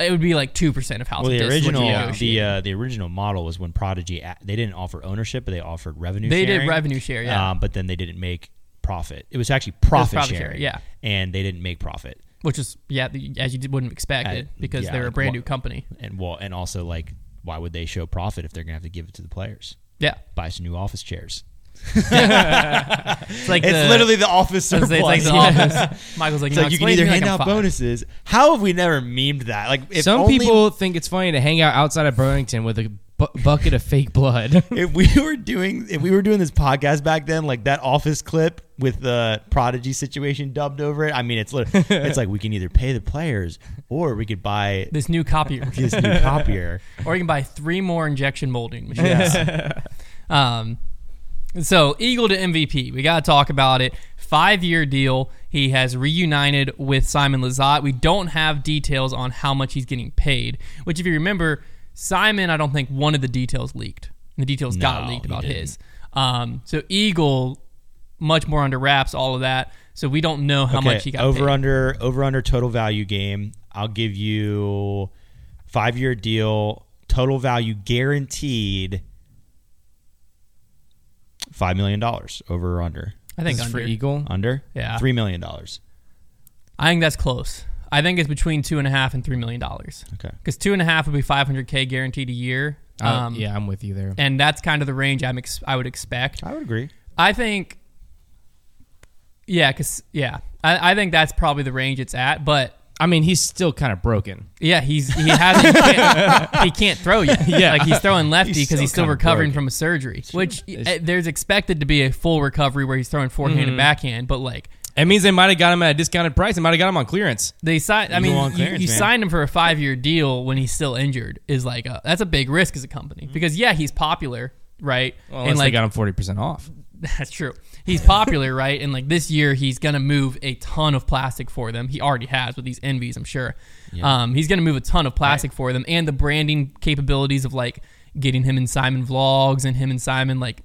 it would be like two percent of House
Well,
of
the
Discs. what you
original
negotiate.
the uh, the original model was when Prodigy a- they didn't offer ownership, but they offered revenue.
They did
sharing.
revenue share, yeah.
Um, but then they didn't make profit. It was actually profit,
profit share,
sharing,
yeah.
And they didn't make profit,
which is yeah, the, as you d- wouldn't expect
I-
it because
yeah,
they're a brand
wha-
new company.
and well, and also like, why would they show profit if they're gonna have to give it to the players?
Yeah,
Buy some new office chairs.
it's like
it's
the-
literally the office
it's
surplus.
like the
Yeah.
office. Michael's like,
It's
no,
like you can
explain to
either
me
hand
like I'm
out
five.
bonuses. How have we never memed that? Like if
Some
only-
people think it's funny to hang out outside of Burlington with a bu- bucket of fake blood.
if we were doing if we were doing this podcast back then, like that office clip with the prodigy situation dubbed over it. I mean, it's lit- it's like we can either pay the players or we could buy
This new copier.
this new copier.
or you can buy three more injection molding machines. um, so Eagle to MVP, we got to talk about it. Five year deal. He has reunited with Simon Lazat. We don't have details on how much he's getting paid. Which, if you remember, Simon, I don't think one of the details leaked. The details got
No,
leaked
he
about
didn't.
his. Um, so Eagle, much more under wraps, all of that. So we don't know how much he got
over
paid.
under over under total value game. I'll give you five year deal total value guaranteed five million dollars over or under
I think
This is for
under.
Eagle.
under
Hmm. Yeah.
three million dollars.
I think that's close. I think it's between two and a half and three million dollars.
Okay.
because two and a half would be 500k guaranteed a year.
Uh,
I-
Um,
Uh, yeah, I'm with you there.
and that's kind of the range I'm ex- I would expect.
I would agree.
I think, yeah, because yeah, I, I think that's probably the range it's at. But
I mean, he's still kind of broken.
yeah, he's he hasn't he can't, he can't throw yet.
Yeah.
like he's throwing lefty
He's
because he's
still
still
kinda
recovering
broken.
from a surgery, which
It's-
uh, there's expected to be a full recovery where he's throwing forehand
Mm-hmm.
and backhand. But like
It means they might have got him at a discounted price. They might have got him on clearance.
They signed. I
You
mean,
want
you,
clearance,
you
man.
signed him for a five year deal when he's still injured. Is like a, that's a big risk as a company because yeah, he's popular, right?
Mm-hmm. Well, unless they got him forty percent off.
That's true. He's popular, right? And like this year, he's gonna move a ton of plastic for them. He already has with these envies, I'm sure. Um, he's gonna move a ton of plastic for them, and the branding capabilities of like getting him in Simon vlogs and him and Simon like.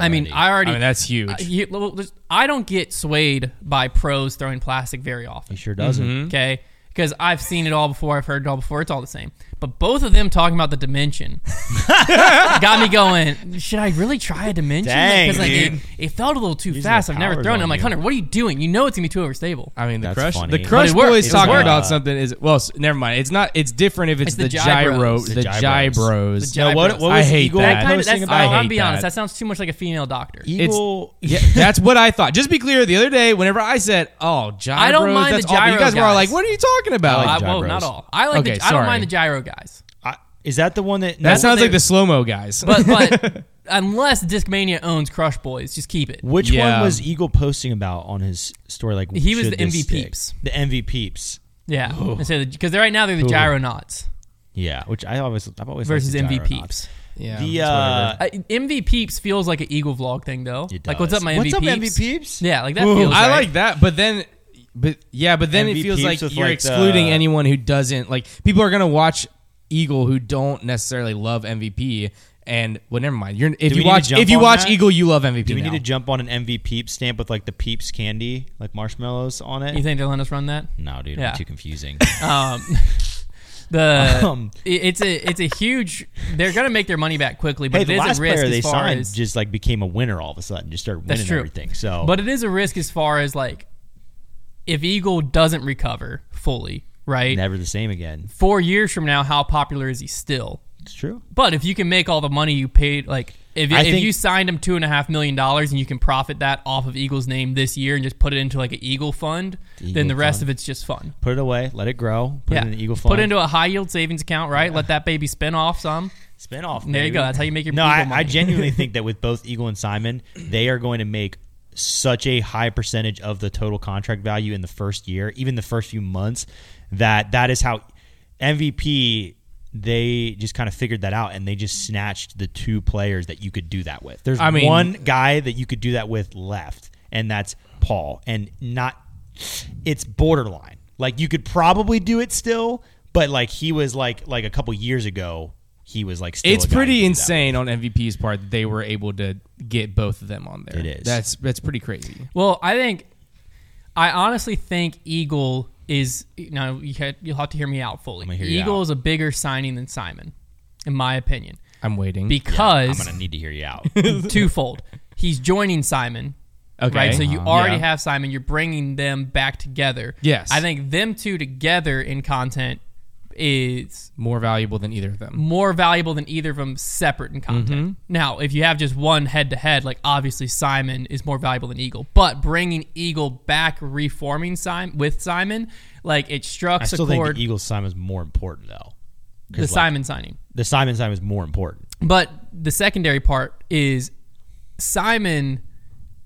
I mean,
Already.
I already.
I mean, that's huge.
I, you- well, there's- I don't get swayed by pros throwing plastic very often. Mm-hmm.
He sure doesn't.
Okay. because I've seen it all before. I've heard it all before. It's all the same. But both of them talking about the dimension got me going. Should I really try a dimension?
Dang,
Because, like,
dude.
it, it felt a little too
Using
fast.
the
I've never
powers
thrown
on
it. I'm like,
you.
Hunter, what are you doing? You know it's gonna be too overstable.
I mean, the
That's
crush.
funny.
The crush
But it works.
boys
It
talking
works.
about something is well. s- Never mind. It's not. It's different if it's,
It's
the,
the
gyro,
gyros.
the,
The gyros.
gyros.
The
No, what, what
I
was
hate
Eagle
that.
That kind of,
posting
that's,
about?
I
I'll
hate
be honest.
that.
That sounds too much like a female doctor.
Eagle.
yeah, that's what I thought. Just be clear. The other day, whenever I said, "Oh, gyros,"
I don't mind
that's
the
awful," You
gyro
guys were all
guys.
like, "What are you talking about?"
I,
like
whoa,
gyros.
not all. I like.
Okay,
the, I don't
sorry.
mind the gyro guys,
I, is that the one that?
that
no,
sounds
they-
like the slow mo guys.
but but unless Discmania owns Crush Boys, just keep it.
which
Yeah.
one was Eagle posting about on his story? Like
He was
should
the
this
MV
stick?
peeps.
The MV peeps.
Yeah, because right now they're the gyronauts
Yeah, which I always I've always liked
versus
the
MV
gyronauts.
peeps.
yeah,
The
that's
uh,
Uh, MV peeps feels like an Eagle vlog thing though.
it
Like what's
does.
up, my
What's
MV
up,
peeps?
MV peeps?
Yeah, like that
whatever.
feels.
I
right.
like that, but then. But yeah, but then it
MV
feels
peeps
like
with,
you're
like, the-
excluding anyone who doesn't like. People are gonna watch Eagle who don't necessarily love MVP, and well, never mind. You're if
we need
you
to
watch
jump
if you
on
watch
that?
Eagle, you love MVP.
Do we
now.
need to jump on an MV peep stamp with like the peeps candy, like marshmallows on it?
You think they're letting us run that?
no, dude, it'd
Yeah.
be too confusing.
Um, the
Um,
i- it's a it's a huge. They're gonna make their money back quickly, but
hey,
it
the
is
last
a risk
player they
as far
signed
as
just like became a winner all of a sudden, just started
That's
winning
true.
everything. So,
But it is a risk as far as like if Eagle doesn't recover fully, right?
never the same again.
Four years from now, how popular is he still?
It's true.
But if you can make all the money you paid, like if,
I
if
think-
you signed him two and a half million dollars and you can profit that off of Eagle's name this year and just put it into like an Eagle fund,
Eagle
then the rest
fund.
of it's just fun.
Put it away, let it grow. Put
yeah,
it in the Eagle Fund.
put it into a high yield savings account, right? Let that baby spin off some.
spin off.
There you go. That's how you make your
No,
Eagle
I, I
money.
genuinely think that with both Eagle and Simon, they are going to make such a high percentage of the total contract value in the first year, even the first few months, that that is how MVP. They just kind of figured that out, and they just snatched the two players that you could do that with. There's
I mean-
one guy that you could do that with left, and that's Paul. And not, it's borderline. Like you could probably do it still, but like he was like like a couple years ago, he was like still.
it's
a guy you
pretty
could do that
insane on MVP's part that they were able to get both of them on there.
It is.
That's that's pretty crazy.
Well, I think I honestly think Eagle is now you had, you'll have to hear me out fully.
gonna hear you
Eagle
out.
is a bigger signing than Simon, in my opinion,
I'm waiting.
because
I'm gonna need to hear you out.
twofold. He's joining Simon.
Okay.
Right. So you
Uh-huh.
already
Yeah.
have Simon. You're bringing them back together.
Yes.
I think them two together in content is
More valuable than either of them.
more valuable than either of them separate in content.
Mm-hmm.
Now, if you have just one head to head, like obviously Simon is more valuable than Eagle, but bringing Eagle back, reforming Simon with Simon, like it struck
I
a
still think
chord.
the Eagles Simon's more important though.
The, Simon signing,
The Simon Simon's more important.
but the secondary part is Simon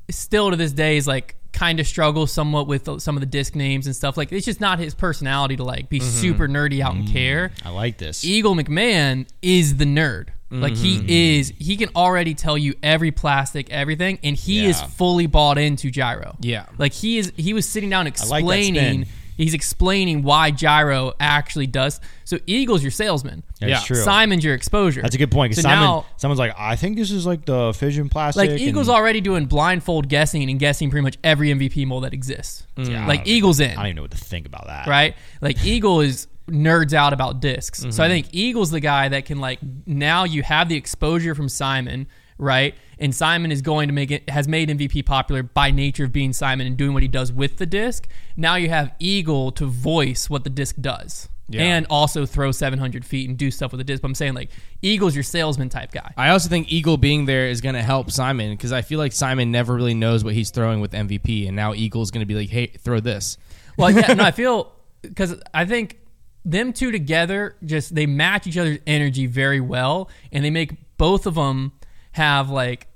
still to this day is like kind of struggles somewhat with some of the disc names and stuff. Like it's just not his personality to like be super nerdy out and care.
I like this.
Eagle McMahon is the nerd. Like
Mm-hmm.
he is, he can already tell you every plastic, everything, and he is
Yeah.
fully bought into gyro.
Yeah.
like he is. He was sitting down
like that spin.
explaining. he's explaining why gyro actually does. So Eagle's your salesman.
That's
Yeah.
true.
Simon's your exposure.
That's a good point. 'cause
So
Simon,
now,
someone's like, I think this is like the fission plastic.
like Eagle's
and,
already doing blindfold guessing and guessing pretty much every MVP mold that exists.
Mm. Yeah, I
like
don't
Eagle's
I
in.
don't even know what to think about that.
right? Like Eagle is nerds out about disks So I think Eagle's the guy that can like now you have the exposure from Simon, right? And Simon is going to make it has made MVP popular by nature of being Simon and doing what he does with the disc. Now you have Eagle to voice what the disc does.
Yeah.
And also throw 700 feet and do stuff with the disc. But I'm saying, like, Eagle's your salesman type guy.
I also think Eagle being there is going to help Simon because I feel like Simon never really knows what he's throwing with MVP, and now Eagle's going to be like, "Hey, throw this."
Well, yeah, no, I feel because I think them two together just they match each other's energy very well, and they make both of them have like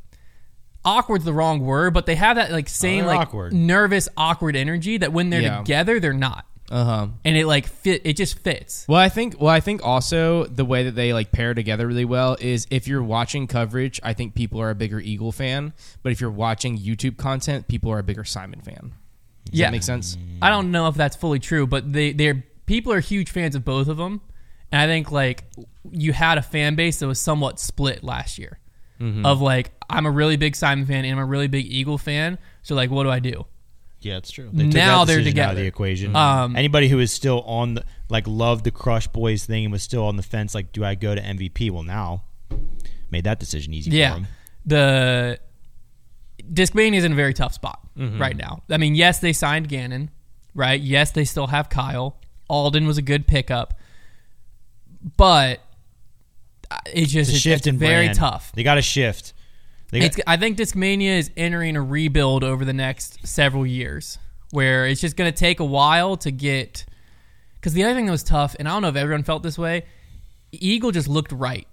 awkward's the wrong word, but they have that like same
they're
like
awkward.
nervous awkward energy that when they're
Yeah.
together they're not,
Uh huh.
and it like fit it just fits.
Well, I think well, I think also the way that they like pair together really well is if you're watching coverage, I think people are a bigger Eagle fan, but if you're watching YouTube content, people are a bigger Simon fan. Does
Yeah.
that make sense?
I don't know if that's fully true, but they they're people are huge fans of both of them, and I think like you had a fan base that was somewhat split last year,
Mm-hmm.
of like I'm a really big Simon fan and I'm a really big Eagle fan, so like what do I do?
Yeah, it's true. They took
Now
that
they're
decision Out of
together.
the equation.
Um,
Anybody who is still on the like loved the Crush Boys thing and was still on the fence, like, do I go to MVP? Well, now made that decision easy. for
Yeah.
him.
The Discmania is in a very tough spot
Mm-hmm.
right now. I mean, yes, they signed Gannon, right? Yes, they still have Kyle. Alden was a good pickup, but uh, it's just
It's a
it's,
shift
it's
in
very
brand.
tough.
They got to shift. They got,
It's, I think Discmania is entering a rebuild over the next several years, where it's just going to take a while to get. Because the other thing that was tough, and I don't know if everyone felt this way, Eagle just looked right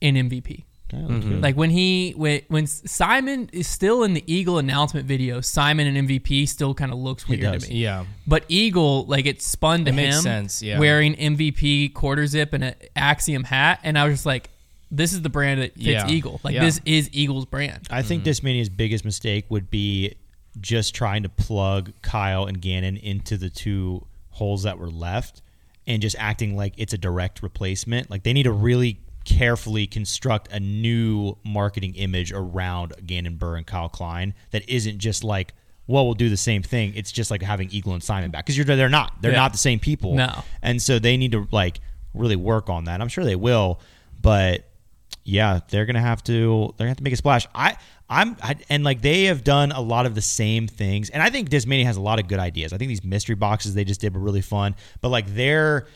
in MVP.
Yeah, that's good.
Like when he when when Simon is still in the Eagle announcement video, Simon and MVP still kind of looks weird to
does.
me.
Yeah.
But Eagle, like it spun to
It
him
makes sense, yeah.
wearing MVP quarter zip and an Axiom hat, and I was just like, this is the brand that fits
Yeah.
Eagle. Like
Yeah.
this is Eagle's brand.
I think Discmania's biggest mistake would be just trying to plug Kyle and Gannon into the two holes that were left and just acting like it's a direct replacement. Like they need to really carefully construct a new marketing image around Gannon Burr and Kyle Klein that isn't just like, well, we'll do the same thing. It's just like having Eagle and Simon back because you're they're not they're
Yeah.
not the same people.
No.
and so they need to like really work on that. I'm sure they will, but yeah, they're gonna have to they're gonna have to make a splash. I I'm I, and like they have done a lot of the same things, and I think Dismania has a lot of good ideas. I think these mystery boxes they just did were really fun, but like their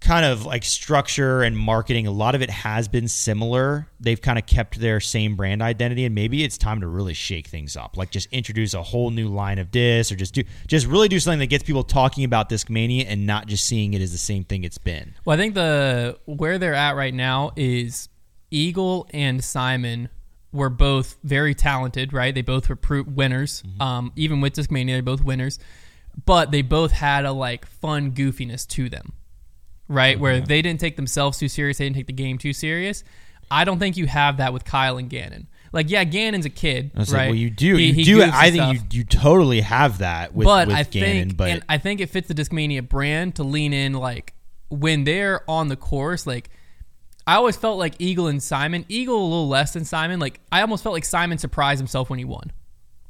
kind of like structure and marketing a lot of it has been similar they've kind of kept their same brand identity and maybe it's time to really shake things up like just introduce a whole new line of discs or just do just really do something that gets people talking about discmania and not just seeing it as the same thing it's been
Well, I think the where they're at right now is Eagle and Simon were both very talented, right? They both were pro- winners.
Mm-hmm.
Um, even with Discmania, they're both winners, but they both had a like fun goofiness to them, right? Where they didn't take themselves too serious, they didn't take the game too serious. I don't think you have that with Kyle and Gannon. Like, yeah, Gannon's a kid,
I was
right?
like, well, you do,
He-
you
he
do.
goofs and
I think
stuff
you, you totally have that with,
but
with
I
Gannon,
think
but
and I think it fits the Discmania brand to lean in like when they're on the course. Like I always felt like Eagle and Simon, Eagle a little less than Simon. Like I almost felt like Simon surprised himself when he won.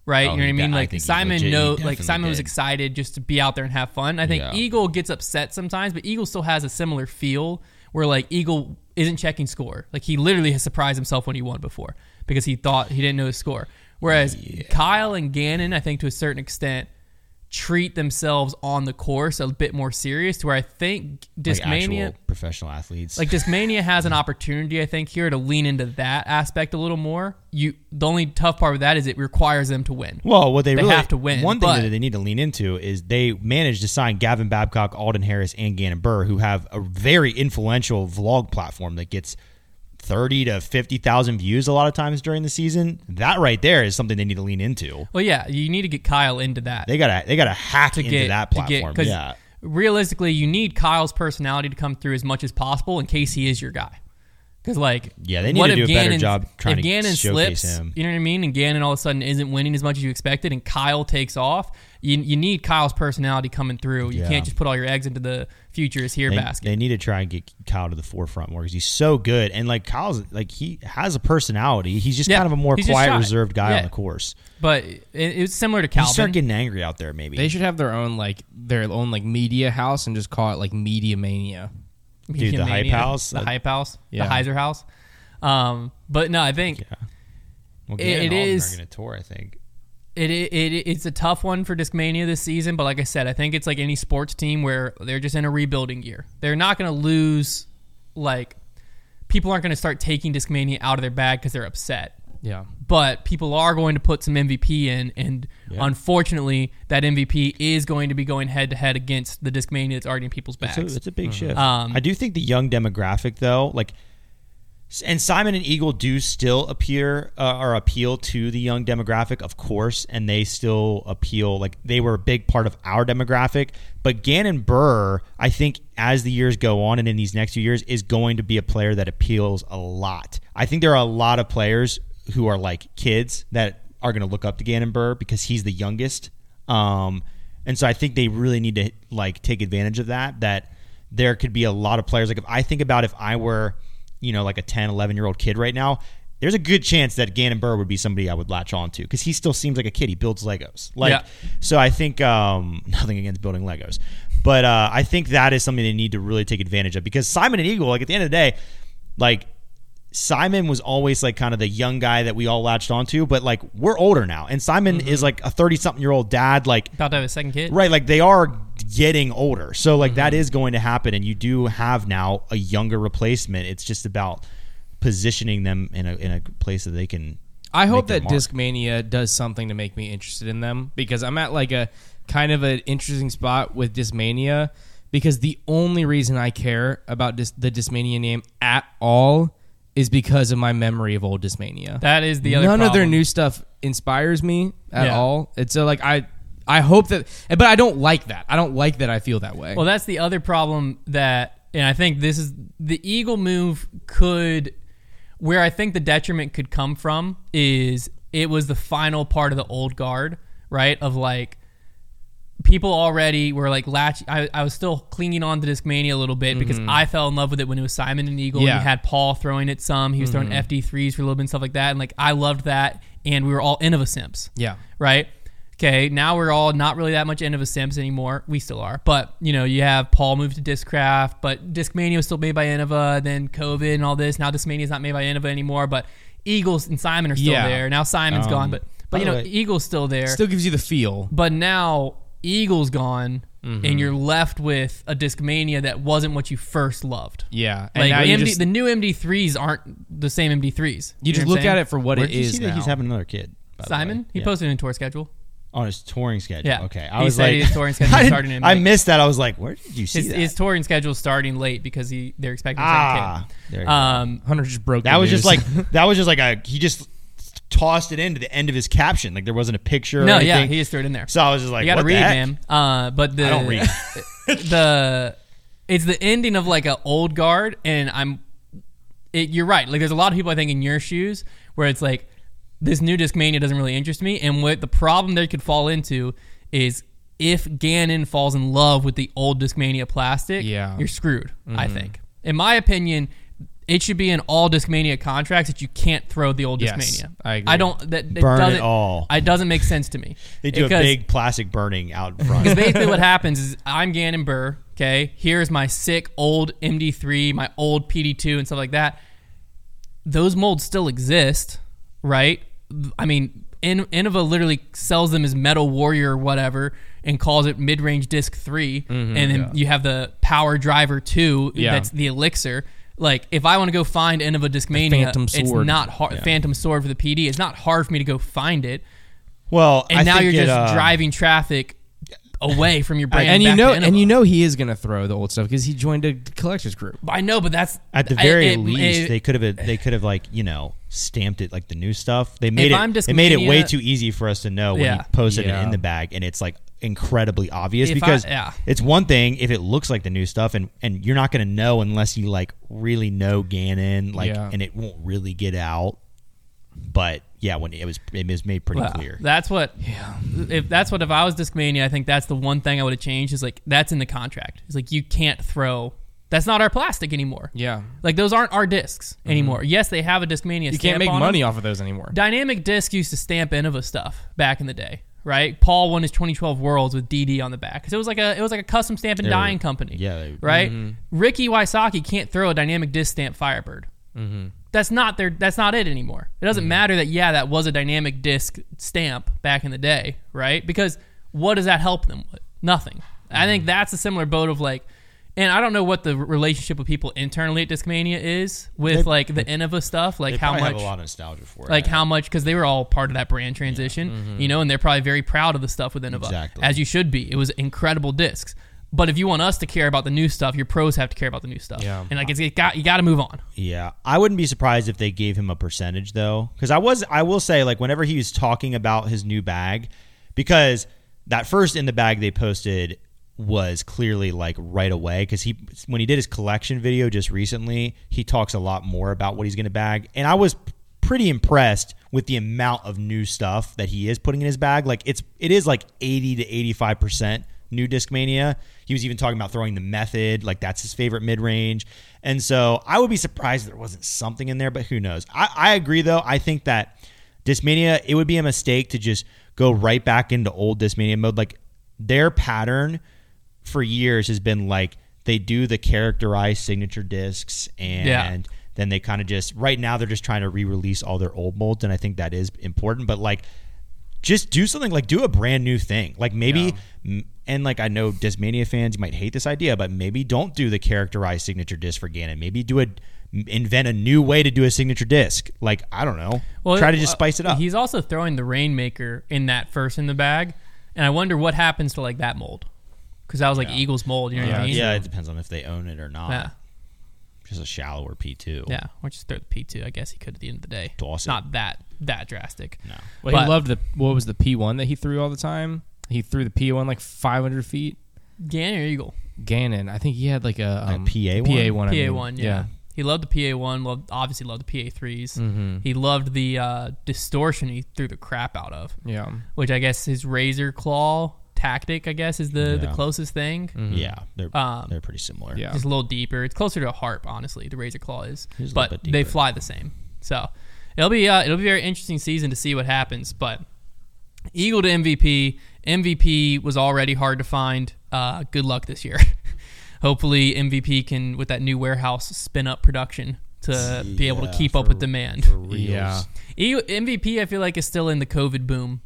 Right,
Oh,
you know what
he
I mean.
de- I
Like
think he
Simon,
legit- he
no, like
definitely
Simon was
did.
excited just to be out there and have fun. I think
Yeah.
Eagle gets upset sometimes, but Eagle still has a similar feel where like Eagle isn't checking score. Like he literally has surprised himself when he won before because he thought he didn't know his score. Whereas Kyle and Gannon, I think to a certain extent, treat themselves on the course a bit more serious to where I think
like
Discmania
actual professional athletes,
like Discmania has an opportunity, I think, here to lean into that aspect a little more. You the only tough part with that is it requires them to win.
Well, what they,
They
really
have to win,
One thing
but-
that they need to lean into is they managed to sign Gavin Babcock, Alden Harris, and Gannon Burr, who have a very influential vlog platform that gets thirty to fifty thousand views a lot of times during the season. That right there is something they need to lean into.
Well, yeah, you need to get Kyle into that.
They gotta they gotta hack into
get-
that
to get-
platform.
'cause
yeah.
Realistically, you need Kyle's personality to come through as much as possible in case he is your guy. Because like,
Yeah, they need
what
to
if
do a better
Gannon's-
job trying
if
to
Gannon
showcase
slips,
him.
You know what I mean? And Gannon all of a sudden isn't winning as much as you expected, and Kyle takes off. You, you need Kyle's personality coming through. You
Yeah.
can't just put all your eggs into the future is here
They,
basket.
they need to try and get Kyle to the forefront more because he's so good. And like Kyle's like he has a personality. He's just
Yeah,
kind of a more
he's just shy.
quiet, reserved guy
Yeah.
on the course.
but it, it's similar to
You start
Calvin.
getting angry out there, maybe.
They should have their own like their own like media house and just call it like Media Mania.
Media
Dude, the hype
Mania,
house, uh,
the
like-
hype house,
Yeah.
the Heiser house. Um, but no, I think
Well,
It- it
Gannon and Alden
is-
are going to tour, I think.
it, it, it it's a tough one for Discmania this season, but like I said, I think it's like any sports team where they're just in a rebuilding year. They're not going to lose like people aren't going to start taking Discmania out of their bag cuz they're upset.
Yeah.
But people are going to put some MVP in and unfortunately that MVP is going to be going head to head against the Discmania that's already in people's bags.
So it's a big shift.
Um,
I do think the young demographic, though, like, s- and Simon and Eagle do still appear uh, or appeal to the young demographic, of course, and they still appeal. Like they were a big part of our demographic, but Gannon Burr, I think, as the years go on and in these next few years, is going to be a player that appeals a lot. I think there are a lot of players who are like kids that are going to look up to Gannon Burr because he's the youngest. Um, and so I think they really need to like take advantage of that. That there could be a lot of players. Like if I think about if I were, you know, like a 10, 11 year old kid right now, there's a good chance that Gannon Burr would be somebody I would latch on to because he still seems like a kid. He builds Legos. Like
Yeah.
so I think um, nothing against building Legos. But uh, I think that is something they need to really take advantage of because Simon and Eagle, like at the end of the day, like Simon was always like kind of the young guy that we all latched onto, but like we're older now. And Simon is like a 30 something year old dad. Like
About to have a second kid.
Right, like they are getting older. So like
Mm-hmm.
that is going to happen and you do have now a younger replacement. It's just about positioning them in a in a place that they can
I hope
make their
that
mark.
Discmania does something to make me interested in them because I'm at like a kind of an interesting spot with Discmania because the only reason I care about dis- the Discmania name at all is because of my memory of old Discmania.
That is the other.
None of their
problem.
new stuff inspires me at
Yeah.
all. It's so like I I hope that but I don't like that. I don't like that I feel that way.
Well, that's the other problem that, and I think this is the Eagle move could, where I think the detriment could come from is it was the final part of the old guard, right? Of like, people already were like latch. I, I was still clinging on to Discmania a little bit because I fell in love with it when it was Simon and Eagle.
Yeah.
And you had Paul throwing it some. He was throwing FD threes for a little bit and stuff like that. And like I loved that. And we were all Innova Simps.
Yeah.
Right. Okay. Now we're all not really that much Innova Simps anymore. We still are, but you know you have Paul moved to Discraft, but Discmania was still made by Innova. Then COVID and all this. Now Discmania is not made by Innova anymore, but Eagles and Simon are still
Yeah. Um,
there. Now Simon's gone, but but you
by
know
the way-
Eagles still there.
Still gives you the feel.
But now Eagle's gone,
Mm-hmm.
and you're left with a Discmania that wasn't what you first loved.
Yeah. And
Like
now you
MD,
just,
the new MD3s aren't the same MD3s.
you just
know what
look
I'm
at
saying?
it for what
Where
it
did you
is
see that he's
now.
having another kid? by the way?
Simon, he
Yeah.
posted a tour schedule.
on his touring schedule.
Yeah.
Okay. I
He
was
said
like
his touring schedule
I, didn't-
started in
I
May.
missed that. I was like, where did you see
His,
that?
his touring schedule's starting late because he they're expecting a
ah,
second
there you
kid.
go.
Um,
Hunter just broke
that
the
was just
news.
like that was just like a he just tossed it into the end of his caption. Like there wasn't a picture. or
no, yeah,
anything.
he just threw it in there.
so I was just like,
you gotta
what
read,
the heck?
man. Uh, but the
I don't read.
the it's the ending of like an old guard, and I'm it, you're right. Like there's a lot of people I think in your shoes where it's like this new Discmania doesn't really interest me, and what the problem they could fall into is if Ganon falls in love with the old Discmania plastic,
Yeah.
you're screwed.
Mm-hmm.
I think, in my opinion. It should be in all Discmania contracts that you can't throw the old
Yes,
Discmania.
I agree.
I don't. That, that
Burn it
doesn't-
all.
It doesn't make sense to me.
They do a
Because-
big plastic burning out in front.
because basically what happens is I'm Gannon Burr. Okay, here's my sick old MD3, my old PD2, and stuff like that. Those molds still exist, right? I mean, In- Innova literally sells them as Metal Warrior or whatever, and calls it mid range disc 3 and then you have the Power Driver two.
Mm-hmm, Yeah.
That's the Elixir. Like, if I want to go find Innova Discmania,
Phantom
it's
Sword.
not hard. Phantom Sword for the PD. It's not hard for me to go find it
Well,
and
I
now
think
you're
it,
just
uh,
driving traffic away from your brand.
and you
back
know
to
and you
Innova.
know he is going to throw the old stuff cuz he joined a collectors group.
I know, but that's
At the
I-
very
it-
least,
it-
they could have they could have like you know stamped it like the new stuff. They made
If I'm
it they made it way
Discmania-
too easy for us to know when
Yeah.
he posted
Yeah.
it in the bag, and it's like incredibly obvious
If I-
because
yeah.
it's one thing if it looks like the new stuff, and and you're not gonna know unless you like really know Ganon, like,
Yeah.
and it won't really get out. But yeah, when it was it was made pretty
Wow.
clear.
uh, That's what. If that's what if I was Discmania, I think that's the one thing I would have changed. Is like that's in the contract. It's like you can't throw. That's not our plastic anymore.
Yeah. Mm-hmm.
Like those aren't our discs anymore. Yes, they have a Discmania.
You can't make money off of those anymore.
Dynamic Disc used to stamp Innova stuff back in the day, right? Paul won his 2012 Worlds with DD on the back because it was like a it was like a custom stamp and
They were-
dyeing company.
yeah, they-
right.
Mm-hmm.
Ricky Wysocki can't throw a Dynamic Disc stamp Firebird.
Mm-hmm.
That's not their. That's not it anymore. It doesn't matter that yeah, that was a Dynamic Disc stamp back in the day, right? Because what does that help them with? Nothing. I
Mm-hmm.
think that's a similar boat of like. And I don't know what the relationship with people internally at Discmania is with like the Innova stuff, like
They
how
probably
much
have a lot of nostalgia for it.
like how much because they were all part of that brand transition, you know, and they're probably very proud of the stuff within Innova,
Mm-hmm. Exactly.
as you should be. It was incredible discs, but if you want us to care about the new stuff, your pros have to care about the new stuff.
Yeah.
and like it's it got you got to move on.
Yeah, I wouldn't be surprised if they gave him a percentage though, because I was I will say like whenever he was talking about his new bag, because that first in the bag they posted was clearly like right away because he when he did his collection video just recently he talks a lot more about what he's gonna bag and I was pretty impressed with the amount of new stuff that he is putting in his bag like it's it is like 80 to 85 percent new Discmania. He was even talking about throwing the method, like that's his favorite mid range. And so I would be surprised if there wasn't something in there, but who knows? I, I agree though. I think that Discmania, it would be a mistake to just go right back into old Discmania mode. Like their pattern for years has been like they do the characterized signature discs and
Yeah.
then they kind of just right now they're just trying to re-release all their old molds and I think that is important but like just do something like do a brand new thing like maybe m and like I know Discmania fans might hate this idea but maybe don't do the characterized signature disc for Ganon maybe do a invent a new way to do a signature disc like I don't know try to just spice it
uh,
up
He's also throwing the Rainmaker in that first in the bag, and I wonder what happens to like that mold, because that was like Eagles mold. You know what I mean?
yeah it depends on if they own it or not
Yeah.
just a shallower P2
Yeah, or just throw the P two. I guess he could at the end of the day.
Toss it.
Not that that drastic.
No.
Well,
But-
he loved the what was the P one that he threw all the time. He threw the P one like 500 feet.
Gannon or Eagle.
Gannon, I think he had like a, um,
PA1?
PA one, I
PA
mean.
one. Yeah. He loved the PA one. Loved obviously loved the PA 3s He loved the uh, distortion he threw the crap out of,
yeah,
which I guess his razor claw tactic. I guess is the the
Yeah. Mm-hmm.
closest thing.
yeah they're
Um,
they're pretty similar
yeah.
It's a little deeper. It's closer to a harp, honestly. The razor claw is,
It's a little
but
bit
they
deeper.
fly the same. So it'll be uh, it'll be a very interesting season to see what happens. But Eagle to MVP. MVP was already hard to find. Uh, good luck this year. Hopefully MVP can with that new warehouse spin up production to be able to
Yeah,
keep up
for-
with demand.
for reals.
Yeah.
Eagle, MVP I feel like is still in the COVID boom,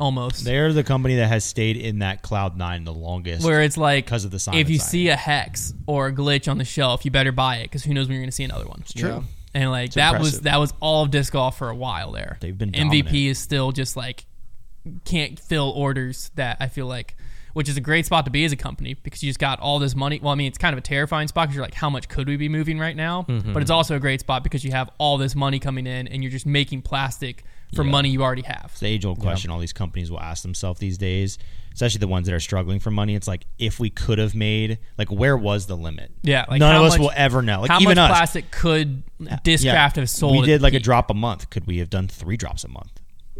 almost.
They're the company that has stayed in that cloud nine the longest.
where it's like
'Cause of the Simon
if you
signing.
see a hex or a glitch on the shelf, you better buy it because who knows when you're going to see another one. It's
true.
And like that was
impressive.
that was all of disc golf for a while there.
They've been
MVP
dominant.
is still just like can't fill orders that I feel like, which is a great spot to be as a company because you just got all this money. Well, I mean it's kind of a terrifying spot because you're like, how much could we be moving right now?
Mm-hmm.
But it's also a great spot because you have all this money coming in and you're just making plastic for money you already have.
it's the age old question all these companies will ask themselves these days, especially the ones that are struggling for money. It's like if we could have made like where was the limit?
Yeah, like
none
how
of us
much-
will ever know. Like
how
even
much
us.
plastic could discraft
Yeah.
have sold?
We
at
did
the
like a
peak?
drop a month. Could we have done three drops a month?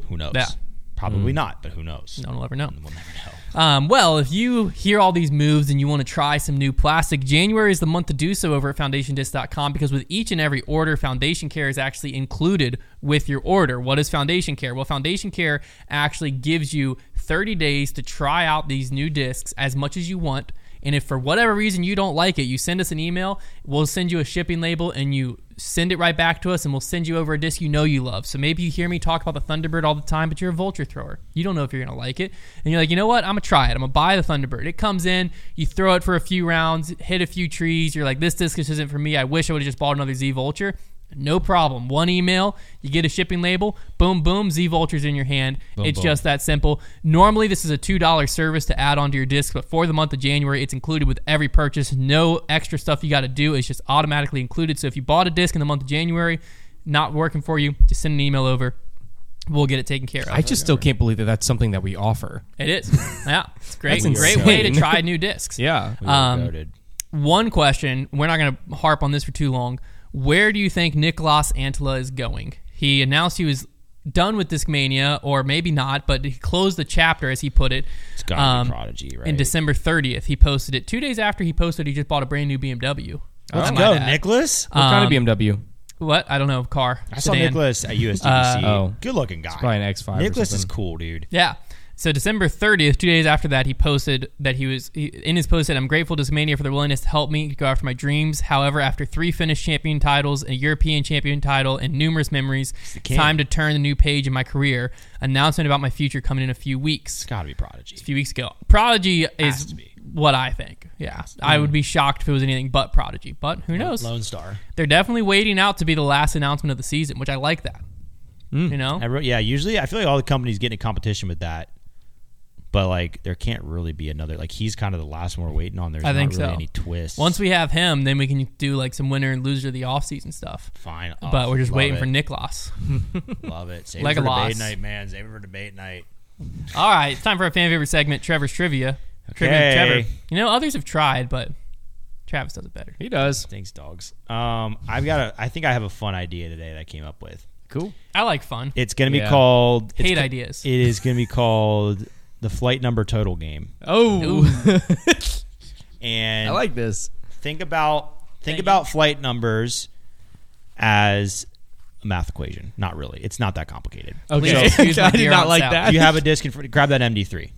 Who knows?
Yeah. Mm.
Probably not, but who knows?
No one will ever know.
We'll never know.
Um, well, if you hear all these moves and you want to try some new plastic, January is the month to do so over at foundationdisc.com because with each and every order, Foundation Care is actually included with your order. What is Foundation Care? Well, Foundation Care actually gives you 30 days to try out these new discs as much as you want. And if for whatever reason you don't like it, you send us an email, we'll send you a shipping label and you send it right back to us and we'll send you over a disc you know you love. So maybe you hear me talk about the Thunderbird all the time, but you're a vulture thrower. You don't know if you're going to like it. And you're like, you know what? I'm going to try it. I'm going to buy the Thunderbird. It comes in, you throw it for a few rounds, hit a few trees. You're like, this disc just isn't for me. I wish I would have just bought another Z Vulture. No problem. One email, you get a shipping label, boom, boom, Z Vulture's in your hand. it's
boom.
just that simple. Normally, this is a $2 service to add onto your disc, but for the month of January, it's included with every purchase. No extra stuff you got to do. It's just automatically included. So if you bought a disc in the month of January, not working for you, just send an email over. We'll get it taken care of.
I just still can't believe that that's something that we offer.
it is. Yeah. It's great.
That's
Great way to
insane.
try new discs.
Yeah,
We were
Um,
voted.
One question, we're not going to harp on this for too long. Where do you think Nicolas Antela is going? He announced he was done with Discmania, or maybe not, but he closed the chapter, as he put it.
It's gotta
um,
be prodigy, right?
In December 30th, he posted it. Two days after he posted, he just bought a brand new BMW.
Oh, Let's
I might
go,
add.
Nicholas.
What kind of BMW?
What? I don't know. Car.
I saw
Um, sedan. Uh,
Nicholas at USDC.
oh.
Good looking guy.
probably an X5 or
Nicholas is
something.
cool, dude.
Yeah. So December 30th, two days after that, he posted that he was he, in his post said, "I'm grateful to Discmania for their willingness to help me go after my dreams. However, after three Finnish champion titles, a European champion title, and numerous memories,
king.
time to turn the new page in my career. Announcement about my future coming in a few weeks.
It's got to be prodigy.
A few weeks ago, Prodigy
Has
is
to be.
what I think. Yeah, I would be shocked if it was anything but Prodigy. But who knows?
Lone Star.
They're definitely waiting out to be the last announcement of the season, which I like that. You know,
I wrote, yeah, usually I feel like all the companies get in a competition with that. But like there can't really be another like he's kind of the last one we're waiting on. There's
I
not
think
really
so.
any twists.
Once we have him, then we can do like some winner and loser of the offseason stuff.
fine. Oh,
But we're just
love
waiting
it.
for Niklas.
Love it. Save
Like
it for
a loss.
debate night, man. Save it for debate night.
All right, it's time for our fan favorite segment, Trevor's Trivia. Trivia and
Okay.
Trevor. You know, others have tried, but Travis does it better.
He does.
Thanks, dogs. Um I've got a I think I have a fun idea today that I came up with.
Cool.
I like fun.
It's gonna be
Yeah.
called it's
Hate
go-
ideas.
It is gonna be called the flight number total game.
Oh,
And
I like this.
think about think
Thank you.
about flight numbers as a math equation. Not really. It's not that complicated.
Please
Okay,
excuse my
I did
dear
not
Aunt
like
Sally.
that.
you have a disk in front. Grab that MD3.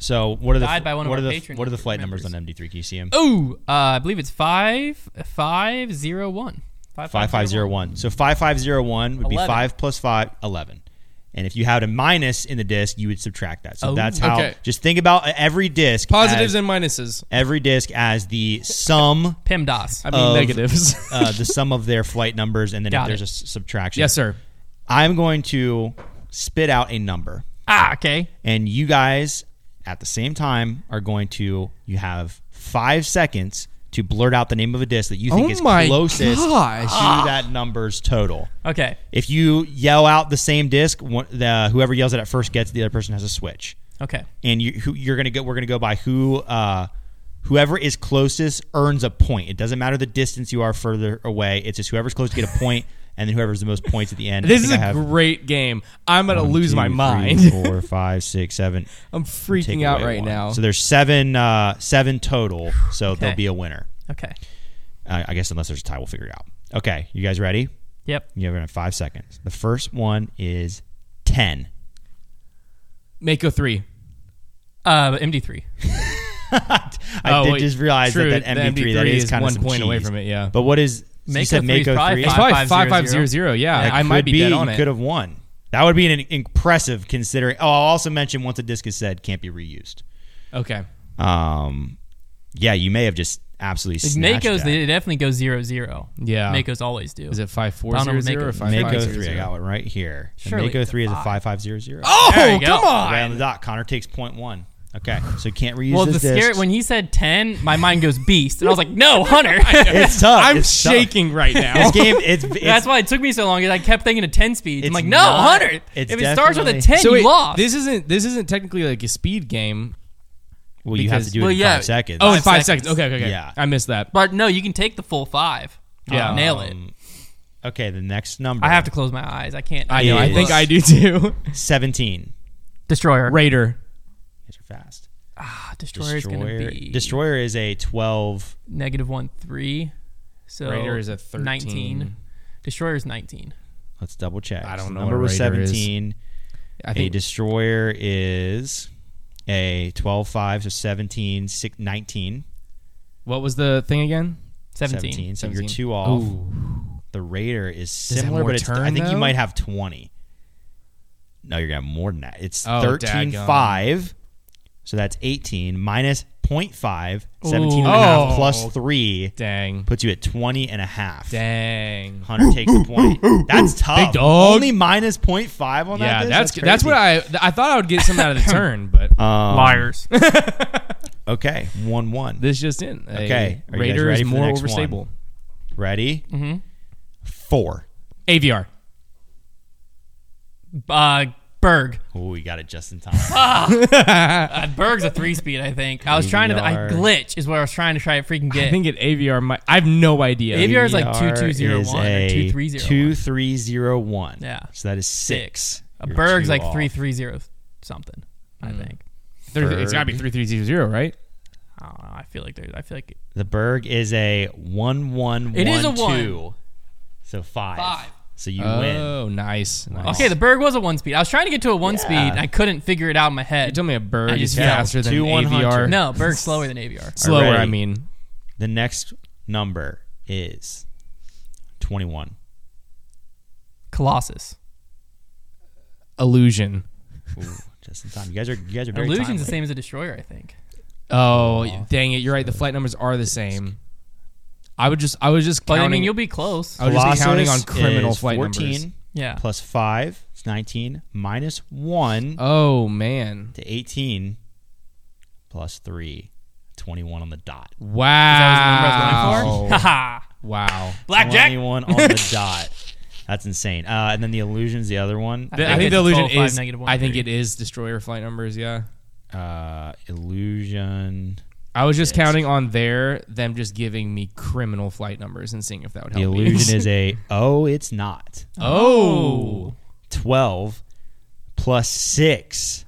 So what are the
Died by one of
what
our
are the
patron
what are the flight
members.
numbers on MD3? Can you see 'em?
Oh, uh, I believe it's five five zero one. Five
Five five zero one. So five five zero one would be
Eleven.
five plus five eleven. And if you had a minus in the disk, you would subtract that. So
Oh.
that's how.
Okay.
Just think about uh, every disk.
Positives
as,
and minuses.
every disk as the sum,
PEMDAS.
I mean
Of-
negatives.
uh, the sum of their flight numbers, and then if
Got
there's
it.
a s- subtraction.
yes, sir.
I'm going to spit out a number,
ah, okay.
and you guys at the same time are going to. You have five seconds to blurt out the name of a disk that you think
Oh
is
my
closest
gosh.
to that number's total.
Okay.
If you yell out the same disc, one, the, whoever yells it at first gets it, the other person has a switch,
Okay.
and you who, you're gonna go. We're gonna go by who uh, whoever is closest earns a point. It doesn't matter the distance you are further away. It's just whoever's close to get a point, and then whoever's the most points at the end. I
This is
think
a
I have
great game. I'm gonna
one,
lose
two,
my
three,
mind.
four, five, six, seven.
I'm
Take
freaking out
away
right
one.
now.
So there's seven uh, seven total. So
Okay.
there'll be a winner.
Okay.
Uh, I guess unless there's a tie, we'll figure it out. Okay, you guys ready?
Yep.
You have it in five seconds. The first one is ten.
Mako three.
Uh, MD3.
I
Oh,
did
wait.
just realize
True,
that,
the
that MD3, that
MD3
is,
is
kind
one
of some
point away
cheese.
from it, yeah.
But what is
Mako
you said
three is
Mako
probably
three?
It's
Five,
probably
five,
five
zero,
five
zero.
zero zero. Yeah,
That
I
could
might be,
be
dead on
you
it.
Could have won. That would be an impressive considering. Oh, I'll also mention once a disc is said can't be reused.
Okay.
Um, yeah, you may have just absolutely snatched
Mako's,
that.
they definitely go zero zero.
Yeah.
Mako's always do.
Is it five four
I don't know
zero
what
zero
Mako-
or five
Mako
five zero
three. I
zero?
got one right here. And
Surely
Mako
it's a
three is a
five.
five five zero zero.
There
Oh,
you go.
come
right on
on!
the dot. Connor takes point one. Okay, so can't reuse
Well, the
this
scare
disc.
when he said 10, my mind goes beast. And I was like, no, Hunter.
it's tough.
I'm
it's tough.
shaking right now.
This game, it's, it's
That's why it took me so long. 'cause I kept thinking of 10 speeds. I'm
It's
like, no,
not-
Hunter.
it's
If it starts with a
definitely-
10, you
wait,
lost.
this isn't this isn't technically like a speed game.
well, you have
because-
to do it
well,
in
yeah.
five seconds.
Oh, in
Five
five
seconds.
seconds. Okay, okay, okay.
Yeah.
I missed that.
but no, you can take the full five.
Yeah.
Yeah. Nail it.
Um, Okay, the next number.
I have to close my eyes. I can't.
I know. I
is-
think I do too.
17.
Destroyer.
Raider.
These are fast.
Ah, Destroyer is going to
Destroyer.
be
Destroyer is a 12.
negative one three. So
Raider is a 13.
nineteen. Destroyer is nineteen.
Let's double check.
I don't
So
know
Number
what
was
Raider is.
17.
I
A
think
destroyer is a 12 5, so 17, six- 19.
what was the thing again?
17.
So you're
17.
two off.
Ooh.
The Raider is
it have
similar,
more
but it's, I
turn,
think you
though?
might have 20. No, you're going to have more than that. It's
Oh,
thirteen five. 13
daggone.
5. So that's 18 minus 0.5, 17
Ooh.
and a half
Oh.
plus 3
Dang.
puts you at 20 and a half.
Dang.
Hunter takes a point. That's tough.
Big dog.
Only minus 0.5 on
Yeah,
that. disc?
that's that's, what
crazy.
I I thought I would get something out of the turn, but
Um,
Liars.
Okay, one one.
this just in. A
Okay. Are you guys
Raider
ready
is
for the
more
next one?
overstable.
Ready? Mm-hmm. Four.
AVR.
uh, Berg.
Oh, we got it just in time.
Uh, Berg's a three speed, I think. I was trying to. I
AVR.
glitch is what I was trying to try to freaking get.
I think at AVR might I have no idea.
AVR is like two
AVR
two zero
is
one or
a
two three zero.
Two three zero one.
Yeah.
So that is six.
A
You're
Berg's
two
like
off. Hmm.
three three zero something. I think.
Thir- it's got to be
Berg.
three three zero zero, right?
I don't know. I feel like there's. I feel like
The Berg is a one one
It is a one.
two. So five.
Five. Uh.
So you win.
oh, nice. nice.
Okay, the Berg was a one speed. I was trying to get to a one speed.
Yeah.
and I couldn't figure it out in my
You
head.
told me a bird
I
is
just yelled.
faster than
Two, one, hunter.
AVR.
No, Berg's slower than AVR.
slower.
Alrighty.
I mean,
The next number is twenty one.
Colossus.
illusion.
Ooh, just in time. You guys are you guys are very
Illusion's
timely.
the same as a destroyer, I think.
Oh, dang it! You're right. The flight numbers are the same. I would just, I was just
But
counting.
I mean, you'll be close.
uh,
I was just counting on
Colossus
criminal
is
flight
14
numbers.
Yeah.
plus 5 it's 19 minus 1
Oh man!
to 18 plus 3 21 on the dot
That was the number I was going for.
Wow!
Haha.
wow!
Blackjack.
21 on the dot that's insane uh, and then the illusion's the other one
think
I think
it's
the
a
illusion
12, five,
is.
negative one,
I think
three.
it is destroyer flight numbers. Yeah.
uh, illusion
I was just counting on their them just giving me criminal flight numbers and seeing if that would
the
help. me.
illusion is a oh it's not
oh,
12 plus 6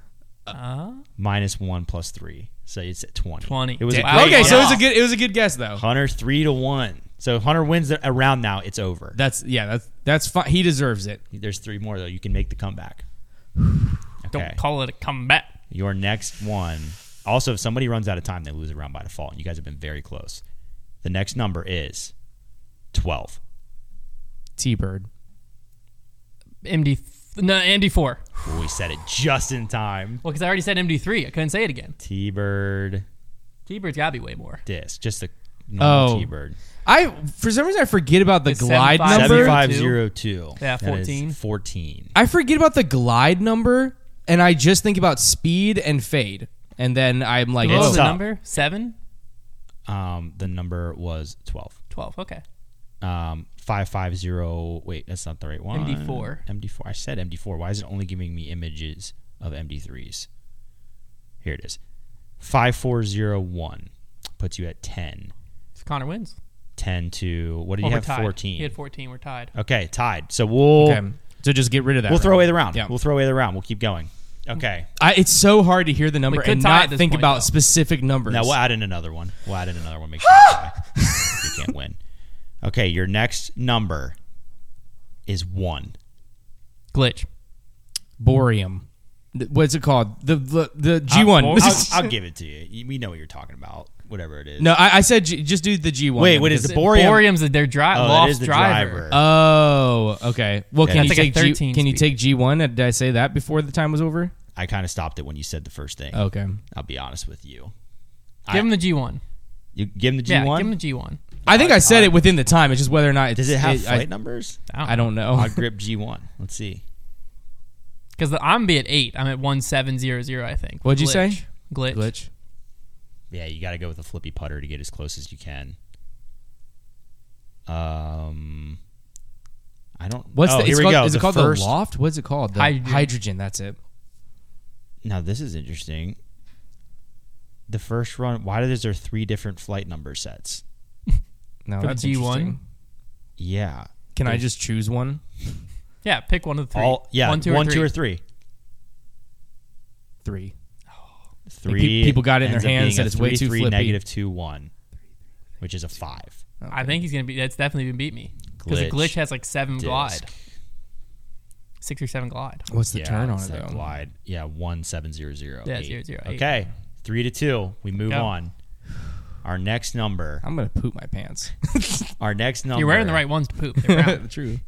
Uh,
minus one plus three. So it's at 20.
20.
It was a
Wow.
great
okay,
went
so it was a
off.
good it was a good guess though.
Hunter three to one. So if Hunter wins the, a round now. It's over.
That's yeah, that's that's fine. He deserves it.
There's three more though. You can make the comeback.
Don't
Okay.
call it a comeback.
Your next one. Also, if somebody runs out of time, they lose a round by default. You guys have been very close. The next number is twelve.
T Bird.
MD th- no MD four.
Ooh, we said it just in time.
Well, because I already said MD three. I couldn't say it again.
T Bird
T-Bird's gotta be way more.
disc. Just the normal
Oh.
T Bird.
I for some reason I forget about the
It's
glide
75.
number.
7502.
Yeah,
That is
14.
14.
I forget about the glide number and I just think about speed and fade. And then I'm like,
What was
oh,
the
tough.
number? Seven?
Um, the number was 12.
Twelve. Okay.
um, 550. Wait, that's not the right one.
MD4.
MD4. I said MD4. Why is it only giving me images of MD3s? Here it is. 5401 puts you at 10.
If Connor wins.
10 to, what do
Well,
you
Oh, we're
have?
tied.
14.
He had fourteen. We're tied.
okay, tied. So we'll
okay. So just get rid of that.
we'll throw
round.
away the round.
Yeah.
We'll throw away the round. We'll keep going.
Mm.
Okay.
I, it's so hard to hear the number
could
and
tie
not
at this
think
point,
about
though.
specific numbers.
Now we'll add in another one. We'll add in another one. Make sure you tie. you can't win. Okay, your next number is 1.
Glitch.
Borium. Th- What's it called? The the, the G one.
I'll-
I'll, I'll give it to you. You- We know what you're talking about. Whatever it is.
no, I, I said G, just do the G one.
Wait, what is
Is
the
it-
Boreum?
Boreum's their dri-
Oh, that
loft
is the
driver.
driver.
Oh, okay. Well,
Yeah,
can you
it's like a
take G,
13
can you
speed.
take G one? Did I say that before the time was over?
I kind of stopped it when you said the first thing.
Okay.
I'll be honest with you. I-
Give him the G one.
You give him the G
Yeah, give
one.
him the G one.
I think I said it within the time. It's just whether or not it's,
Does it have flight
I,
numbers?
I don't know.
I'll grip G one. Let's see.
Because I'm be at eight. I'm at one seven zero zero. I think.
What'd you say?
Glitch. Glitch.
Glitch.
Yeah, you got to go with a flippy putter to get as close as you can. Um, I don't.
What's
oh,
the,
here
it's
we
called,
go.
Is it
The
called
first-
the loft? What's it called? The
Hydrogen.
That's it.
Now this is interesting. The first run. Why is there three different flight number sets?
No,
For the
that's
G1?
interesting.
Yeah.
Can I just choose one?
Yeah, pick one of the three.
All yeah.
One, two, or three.
or three.
Three.
three.
pe- people got it in
ends
their
up
hands,
being
said
a
it's way
three,
too
three,
flippy.
negative two one, which is a five.
I think he's gonna be. That's definitely gonna beat me. Because the
Glitch.
glitch has like seven
Disc.
glide, six or seven glide.
What's the
Yeah,
turn on
it's
it
that
though?
Glide. Yeah, one seven zero zero.
Yeah, zero, zero, eight.
Okay, three to two. We move
Go.
on. Our next number.
I'm gonna poop my pants.
Our next number.
You're wearing the right ones to poop. They're round.
True.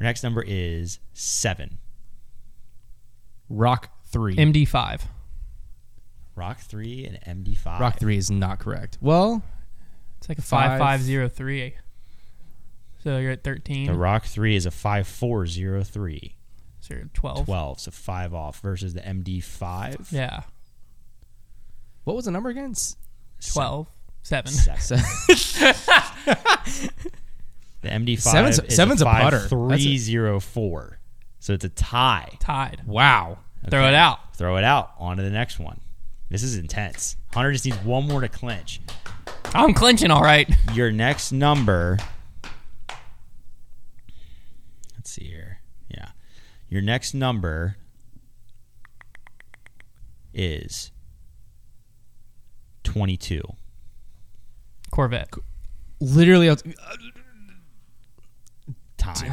Our next number is seven.
Rock three.
MD five.
Rock three and MD five.
Rock three is not correct. Well,
It's like a five
Five.
five zero three. So you're at thirteen.
The Rock three is a five four zero three.
so you're at
Oh.
12.
Twelve. So five off versus the MD five.
Yeah,
what was the number again? S-
twelve. Seven.
Seven.
se-
The MD five.
Seven's-
is
seven's a putter. That's a-
Three zero four. So it's a tie.
Tied.
wow.
Throw it out.
Throw it out. On to the next one. This is intense. Hunter just needs one more to clinch.
I'm clinching. All right.
Your next number. Let's see here. Yeah. Your next number is 22.
Corvette.
Literally, I was-
Time.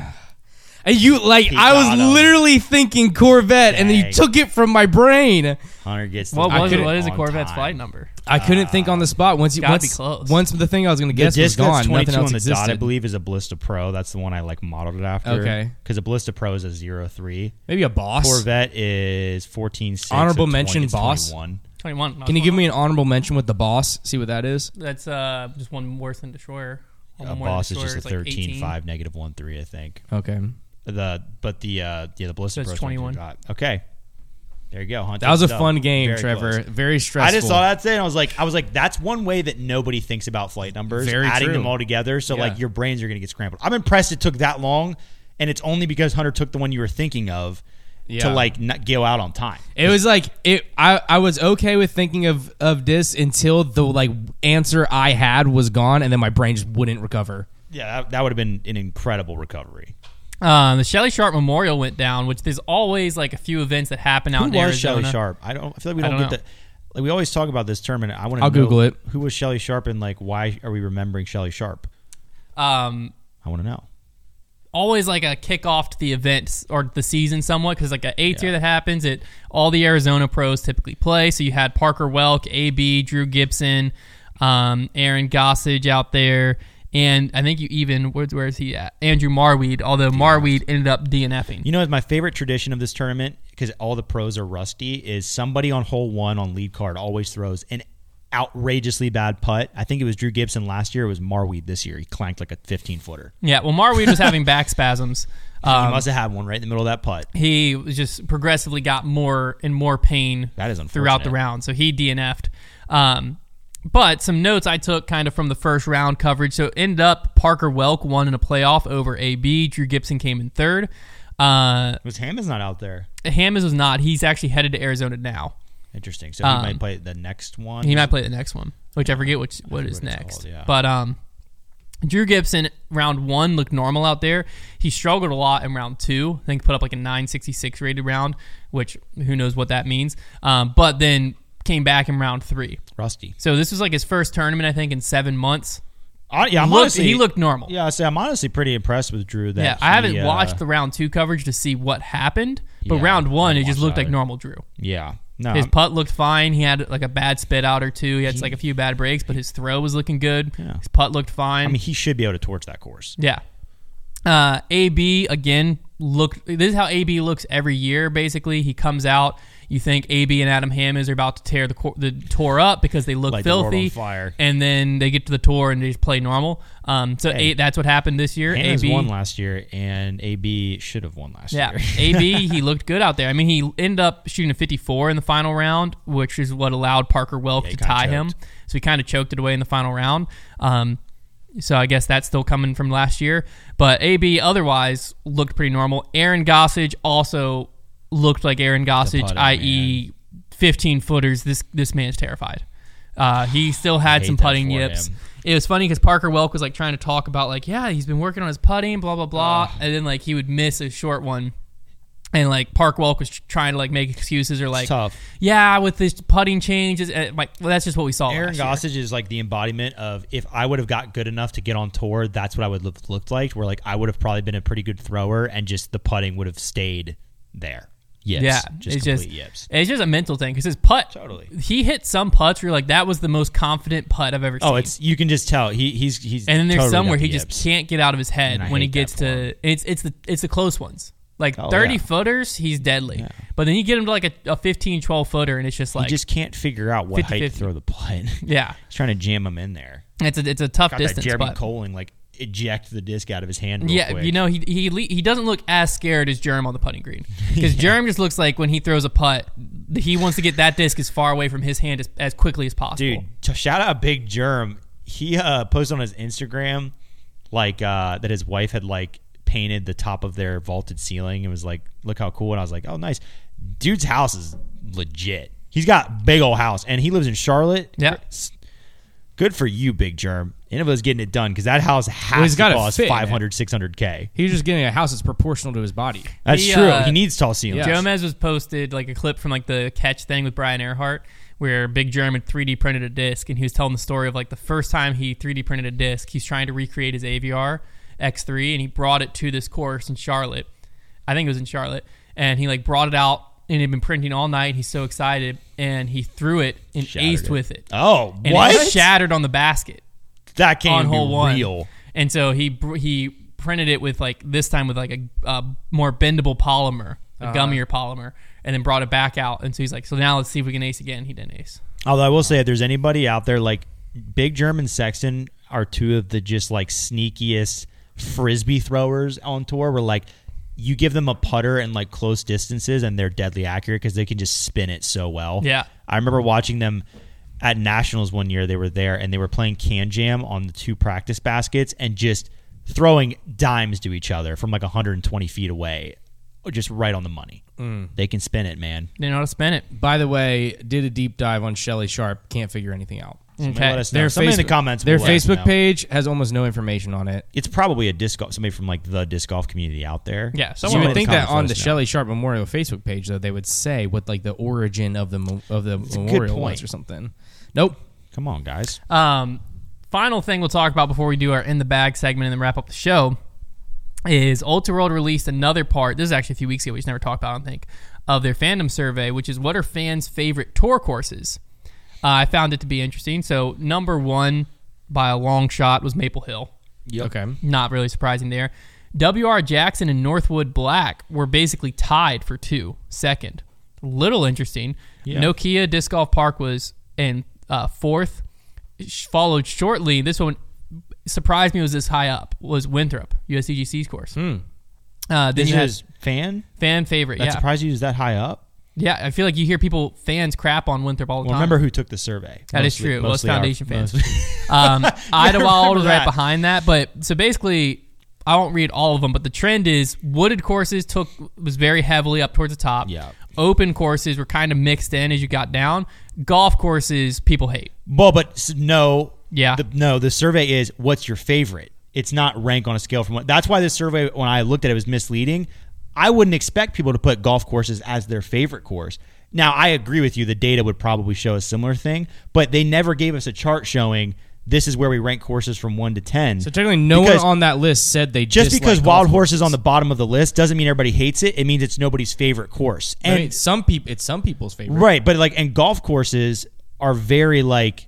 and you like
He
I
got
was
'em.
literally thinking Corvette, and then you
Dang.
took it from my brain.
Hunter gets the
What was it?
lead
What is a
on
Corvette's
time.
flight number?
I couldn't think on the spot once you
gotta
once,
be close.
once the thing I was gonna
Ah. The
guess was
disc
gone.
that's 22
Nothing else
on the
existed.
dot, I believe, is a Blista Pro. That's the one I like modeled it after.
Okay.
Because a Blista Pro is a zero three.
Maybe a boss.
Corvette is 14 6
Honorable
of
mention,
20, it's
boss.
21.
Twenty one.
Can you give me an honorable mention with the boss? See what that is.
That's uh just one worse than Destroyer. One
A
more than
Uh, boss is just a
Destroyer, it's like
13
18.
5 negative 1 3 I think.
Okay,
The but the uh yeah the Ballista
So it's
Pro's
21.
got- Okay. There you go. Hunter.
that was a
Dub.
fun game,
Very
Trevor.
close.
Very stressful.
I just saw that today and I was like I was like that's one way that nobody thinks about flight numbers
Very
adding
true.
them all together so
Yeah.
like your brains are going to get scrambled. I'm impressed it took that long and it's only because Hunter took the one you were thinking of
Yeah.
to like not go out on time.
It was like it. I, I was okay with thinking of of this until the like answer I had was gone, and then my brain just wouldn't recover.
Yeah, that, that would have been an incredible recovery.
Um, the Shelly Sharp Memorial went down, which there's always like a few events that happen out
Who
in
was
Arizona.
Shelly Sharp? I don't. I feel like we
I
don't,
don't know.
get that. Like we always talk about this term, and I want to.
I'll Google it.
Who was Shelly Sharp, and like why are we remembering Shelly Sharp?
Um,
I want to know.
always like a kickoff to the events or the season somewhat because like an A tier that happens it all the Arizona pros typically play. So you had Parker Welk, AB, Drew Gibson, um, Aaron Gossage out there, and I think you even where's where's he at? Andrew Marweed, although Marweed ended up DNFing.
You know, my favorite tradition of this tournament because all the pros are rusty is somebody on hole one on lead card always throws an outrageously bad putt. I think it was Drew Gibson last year. It was Marweed this year. He clanked like a 15 footer.
Yeah, well Marweed was having back spasms.
he
Um,
must have had one right in the middle of that putt.
he was just progressively got more and more pain
That is unfortunate.
throughout the round. So he DNF'd. Um, but some notes I took kind of from the first round coverage. So it ended up Parker Welk won in a playoff over AB. Drew Gibson came in third. Uh,
It was Hammond's not out there.
Hammond was not. He's actually headed to Arizona now.
Interesting. So he might play the next one.
Um, He might play the next one, which I forget which what is
what it's
next.
called, yeah.
But um, Drew Gibson round one looked normal out there. He struggled a lot in round two. I think put up like a 966 rated round, which who knows what that means. Um, but then came back in round three.
rusty.
So this was like his first tournament, I think, in seven months.
Uh, yeah, I'm
Looked-
honestly,
he looked normal.
Yeah, I say I'm honestly pretty impressed with Drew. That
Yeah, I haven't
he, uh,
watched the round two coverage to see what happened, but
Yeah,
round one,
I
it just
watched
looked
that.
like normal Drew.
Yeah, no,
His
I'm-
putt looked fine. He had like a bad spit out or two. He had like a few bad breaks, but his throw was looking good.
Yeah.
His putt looked fine.
I mean he should be able to torch that course.
Yeah. Uh, AB again looked. This is how AB looks every year. Basically, he comes out. You think AB and Adam Hammers are about to tear the cor- the tour up because they look
Light the world on
filthy,
fire.
and then they get to the tour and they just play normal. Um, so
Hey.
A, that's what happened this year.
Hammond's
AB
won last year, and AB should have won last
yeah,
year.
AB he looked good out there. I mean, he ended up shooting a 54 in the final round, which is what allowed Parker Welk
he
to
kinda
tie him.
choked.
So he kind of choked it away in the final round. Um, so I guess that's still coming from last year. But AB otherwise looked pretty normal. Aaron Gossage also looked like Aaron Gossage,
putting,
i.e., 15 footers. This this man's terrified. Uh, he still had
hate
some
that
putting
for
yips.
him.
It was funny because Parker Welk was like trying to talk about like, yeah, he's been working on his putting, blah blah blah, and then like he would miss a short one, and like Park Welk was trying to like make excuses or like,
tough.
yeah, with this putting changes, and, like well, that's just what we saw.
Aaron
last year.
Gossage is like the embodiment of if I would have got good enough to get on tour, that's what I would have looked like. Where like I would have probably been a pretty good thrower, and just the putting would have stayed there. Yips.
yeah,
just
it's
complete
just
yips.
it's just a mental thing because his putt,
Totally.
he hit some putts where you're like that was the most confident putt I've ever seen.
Oh, it's you can just tell he he's he's
and then there's
totally
some
got
where
the
he
yips.
just can't get out of his
And I
head when he
hate that
gets
for
to it's it's the it's the close ones like
Oh,
30
yeah.
footers he's deadly but then you get him to like a, a 15 12 footer and it's just
he
like
just can't figure out what
50,
height
50.
to throw the putt.
yeah
he's trying to jam him in there.
it's a, it's a tough
Got that
distance
Jeremy
but
Coling like eject the disc out of his hand. Real
yeah
quick.
you know he, he le- he doesn't look as scared as Jerem on the putting green because Jerem just looks like when he throws a putt he wants to get that disc as far away from his hand as, as quickly as possible
dude to shout out big germ he uh posted on his instagram like uh that his wife had like painted the top of their vaulted ceiling and was like look how cool and i was like oh nice dude's house is legit he's got big old house and he lives in charlotte
Yeah.
S- good for you big germ innova's getting it done because that house has
he's
to
gotta
cost
fit in it.
500 600k
He's just getting a house that's proportional to his body.
that's
He,
true
uh,
he needs tall ceilings
Yeah.
Jomez was posted like a clip from like the catch thing with Brian Earhart where Big Germ had 3D printed a disc and he was telling the story of like the first time he 3D printed a disc, he's trying to recreate his AVR X3 and he brought it to this course in Charlotte. I think it was in Charlotte and he like brought it out and had been printing all night. He's so excited and he threw it and
Shattered
aced
it.
with it.
oh
And
what
it shattered on the basket
that can't
on
even
hole
be
one.
real
And so he br- he printed it with like this time with like a uh, more bendable polymer, a
Uh-huh.
gummier polymer, and then brought it back out. And so he's like, so now let's see if we can ace again. He didn't ace.
Although I will say, if there's anybody out there like Big Germ and Sexton are two of the just like sneakiest frisbee throwers on tour. Where like you give them a putter in like close distances and they're deadly accurate because they can just spin it so well.
Yeah.
I remember watching them at nationals one year. They were there and they were playing can jam on the two practice baskets and just throwing dimes to each other from like 120 feet away, just right on the money.
Mm.
They can spin it, man.
Didn't know how to spin it.
By the way, did a deep dive on Shelly Sharp. Can't figure anything out.
Somebody
Okay.
let us know.
Their
Somebody in
Facebook-
the comments.
Their
will let us
Facebook
know.
page has almost no information on it.
It's probably a disc golf. Somebody from like the disc golf community out there.
Yeah,
So
someone
you
let
would
us
think that on the
show.
Shelley Sharp Memorial Facebook page, though, they would say what like the origin of the mo- of the
a good
memorial
point.
was or something. Nope.
Come on, guys.
Um, final thing we'll talk about before we do our in the bag segment and then wrap up the show is Ultra World released another part. This is actually a few weeks ago. We just never talked about. it, I don't think of their fandom survey, which is what are fans' favorite tour courses. Uh, I found it to be interesting. So number one by a long shot was Maple Hill.
Okay.
Not really surprising there. W.R. Jackson and Northwood Black were basically tied for two, second. Little interesting. Nokia Disc Golf Park was in uh, fourth, sh- followed shortly. This one surprised me was this high up was Winthrop USCGC's course. Uh, then
Hmm. This
you had
is fan.
fan favorite.
That
Yeah,
surprised you is that high up.
yeah. I feel like you hear people fans crap on Winthrop all the
Well,
time.
remember who took the survey?
That is
Mostly-
true. Well, it's
mostly our-
Foundation fans.
mostly-
Um, Idlewild was
that.
right behind that, but so basically, I won't read all of them, but the trend is wooded courses took was very heavily up towards the top.
Yeah.
Open courses were kind of mixed in as you got down. Golf courses people hate.
Well, but s- no.
Yeah.
The, no, the survey is what's your favorite. It's not rank on a scale from what. That's why this survey, when I looked at it, was misleading. I wouldn't expect people to put golf courses as their favorite course. Now, I agree with you. The data would probably show a similar thing, but they never gave us a chart showing this is where we rank courses from one to ten.
So technically, no
Because-
one on that list said they
just
dislike
because
golf
Wild Horse
courses.
is on the bottom of the list doesn't mean everybody hates it. It means it's nobody's favorite course.
I
And
mean, some people, it's some people's favorite.
Right, but like, and golf courses are very like,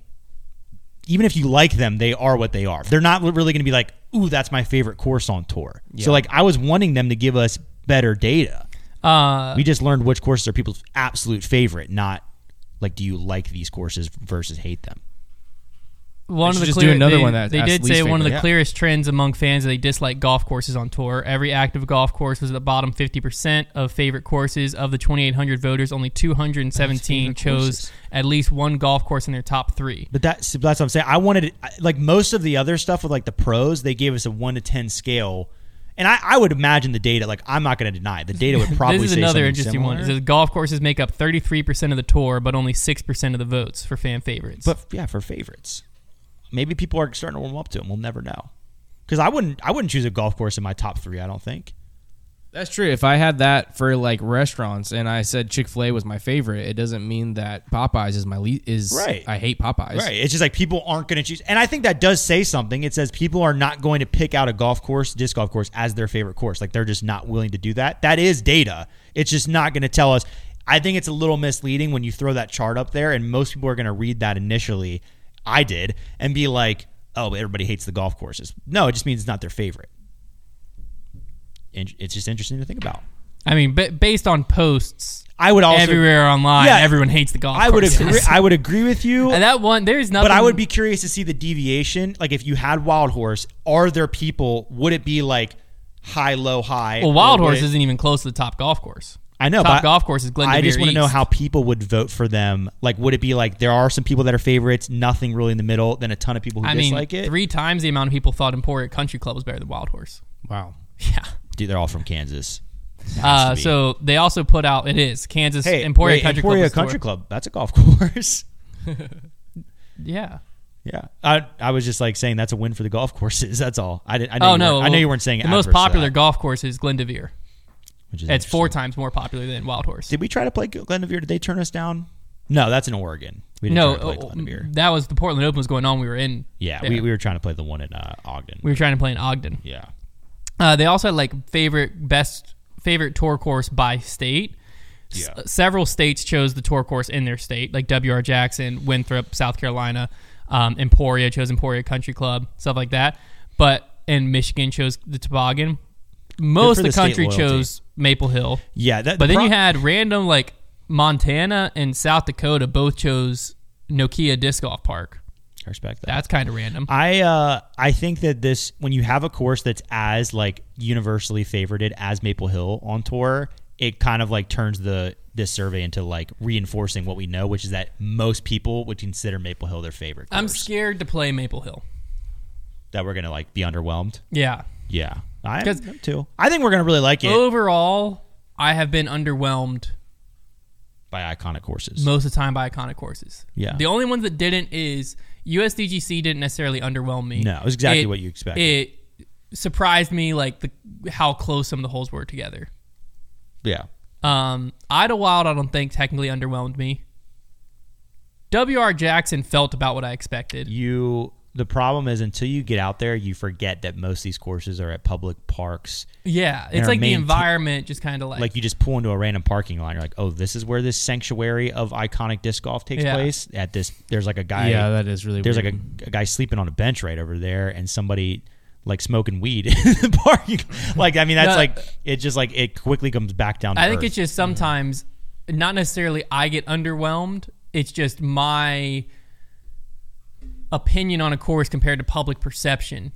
even if you like them, they are what they are. They're not really going to be like, ooh, that's my favorite course on tour. So like, I was wanting them to give us better data.
Uh,
We just learned which courses are people's absolute favorite, not like, do you like these courses versus hate them?
one of
should
the
just
clear,
do another
they,
one that
they
asks
did
least
say one of the
favorite.
clearest trends among fans that they dislike golf courses on tour. Every active golf course was at the bottom 50% of favorite courses. Of the 2,800 voters, only 217
Favorite
chose
courses.
at least one golf course in their top three.
But that's that's what I'm saying. I wanted it- I- like most of the other stuff with like the pros, they gave us a one to ten scale, and I, I would imagine the data. Like I'm not going to deny it. the data would probably.
this is
say
another
something
interesting one. It
similar.
says golf courses make up 33% of the tour, but only 6% of the votes for fan favorites.
But yeah, for favorites, maybe people are starting to warm up to them. We'll never know. Because I wouldn't, I wouldn't choose a golf course in my top three. I don't think.
That's true. If I had that for like restaurants, and I said Chick Fil A was my favorite, it doesn't mean that Popeyes is my le- is
Right.
I hate Popeyes.
Right. It's just like people aren't going to choose, and I think that does say something. It says people are not going to pick out a golf course, disc golf course, as their favorite course. Like they're just not willing to do that. That is data. It's just not going to tell us. I think it's a little misleading when you throw that chart up there, and most people are going to read that initially. I did, and be like, "Oh, but everybody hates the golf courses." No, it just means it's not their favorite. And It's just interesting to think about.
I mean, ba- based on posts
I would also
everywhere online,
Yeah.
everyone hates the golf
I would
courses.
agree. I would agree with you.
And that one, there's nothing.
but I would be curious to see the deviation. Like if you had Wild Horse, are there people? Would it be like high, low, high?
Well, Wild
Or would
Horse
it-
isn't even close to the top golf course.
I know.
top
but
golf course is Glen.
I just
want to
know how people would vote for them. Like, would it be like there are some people that are favorites, nothing really in the middle, then a ton of people who
I mean,
dislike it?
three times the amount of people thought Emporia Country Club was better than Wild Horse.
Wow.
Yeah.
Dude, they're all from Kansas. Has
Uh,
to be.
so they also put out it is Kansas
hey,
Emporia
wait,
Country
Emporia
Club. was
Country
tour.
Club. That's a golf course.
Yeah.
Yeah, I, I was just like saying that's a win for the golf courses. That's all. I didn't. I know
Oh
you
no!
weren't- I know
well,
you weren't saying
the most
adverse to
popular
That,
golf course is Glendevere.
which is
It's four
interesting.
times more popular than Wild Horse.
Did we try to play Glendevere? Did they turn us down? No, that's in Oregon. We didn't
No,
try to play
oh,
Glendevere.
that was the Portland Open was going on. We were in.
Yeah,
there.
We, we were trying to play the one in uh, Ogden.
We were trying to play in Ogden.
yeah,
Uh, they also had like favorite best favorite tour course by state. S-
Yeah.
several states chose the tour course in their state, like W.R. Jackson, Winthrop, South Carolina, um, Emporia chose Emporia Country Club, stuff like that. But and Michigan chose the Toboggan. Most
for
of the,
the state
country
loyalty.
chose Maple Hill.
yeah. That,
But
the
then you
pro-
had random like Montana and South Dakota both chose Nokia Disc Golf Park.
I respect that.
That's kind of random.
I uh, I think that this when you have a course that's as like universally favorited as Maple Hill on tour, it kind of like turns the this survey into like reinforcing what we know, which is that most people would consider Maple Hill their favorite. Course.
I'm scared to play Maple Hill.
that we're gonna like be underwhelmed.
Yeah.
Yeah, I am
'Cause-
I'm too. I think we're gonna really like it
Oh. Overall, I have been underwhelmed
by iconic courses.
most of the time by iconic courses.
Yeah.
The only ones that didn't is USDGC didn't necessarily underwhelm me.
No, it was exactly
It-
what you expected.
It surprised me like the how close some of the holes were together.
yeah.
Um, Idlewild, I don't think technically underwhelmed me. W.R. Jackson felt about what I expected.
You the problem is until you get out there, you forget that most of these courses are at public parks.
Yeah,
They're
it's like the
maintain-
environment just kind of like,
Like you just pull into a random parking lot. You're like, oh, this is where this sanctuary of iconic disc golf takes
Yeah.
place. At this, there's like a guy.
yeah, that is really.
there's
weird.
like a, a guy sleeping on a bench right over there, and somebody like smoking weed in the parking. Like, I mean, that's
No.
like it. Just like it quickly comes back down. To
I think
earth.
it's just sometimes not necessarily I get underwhelmed. It's just my opinion on a course compared to public perception.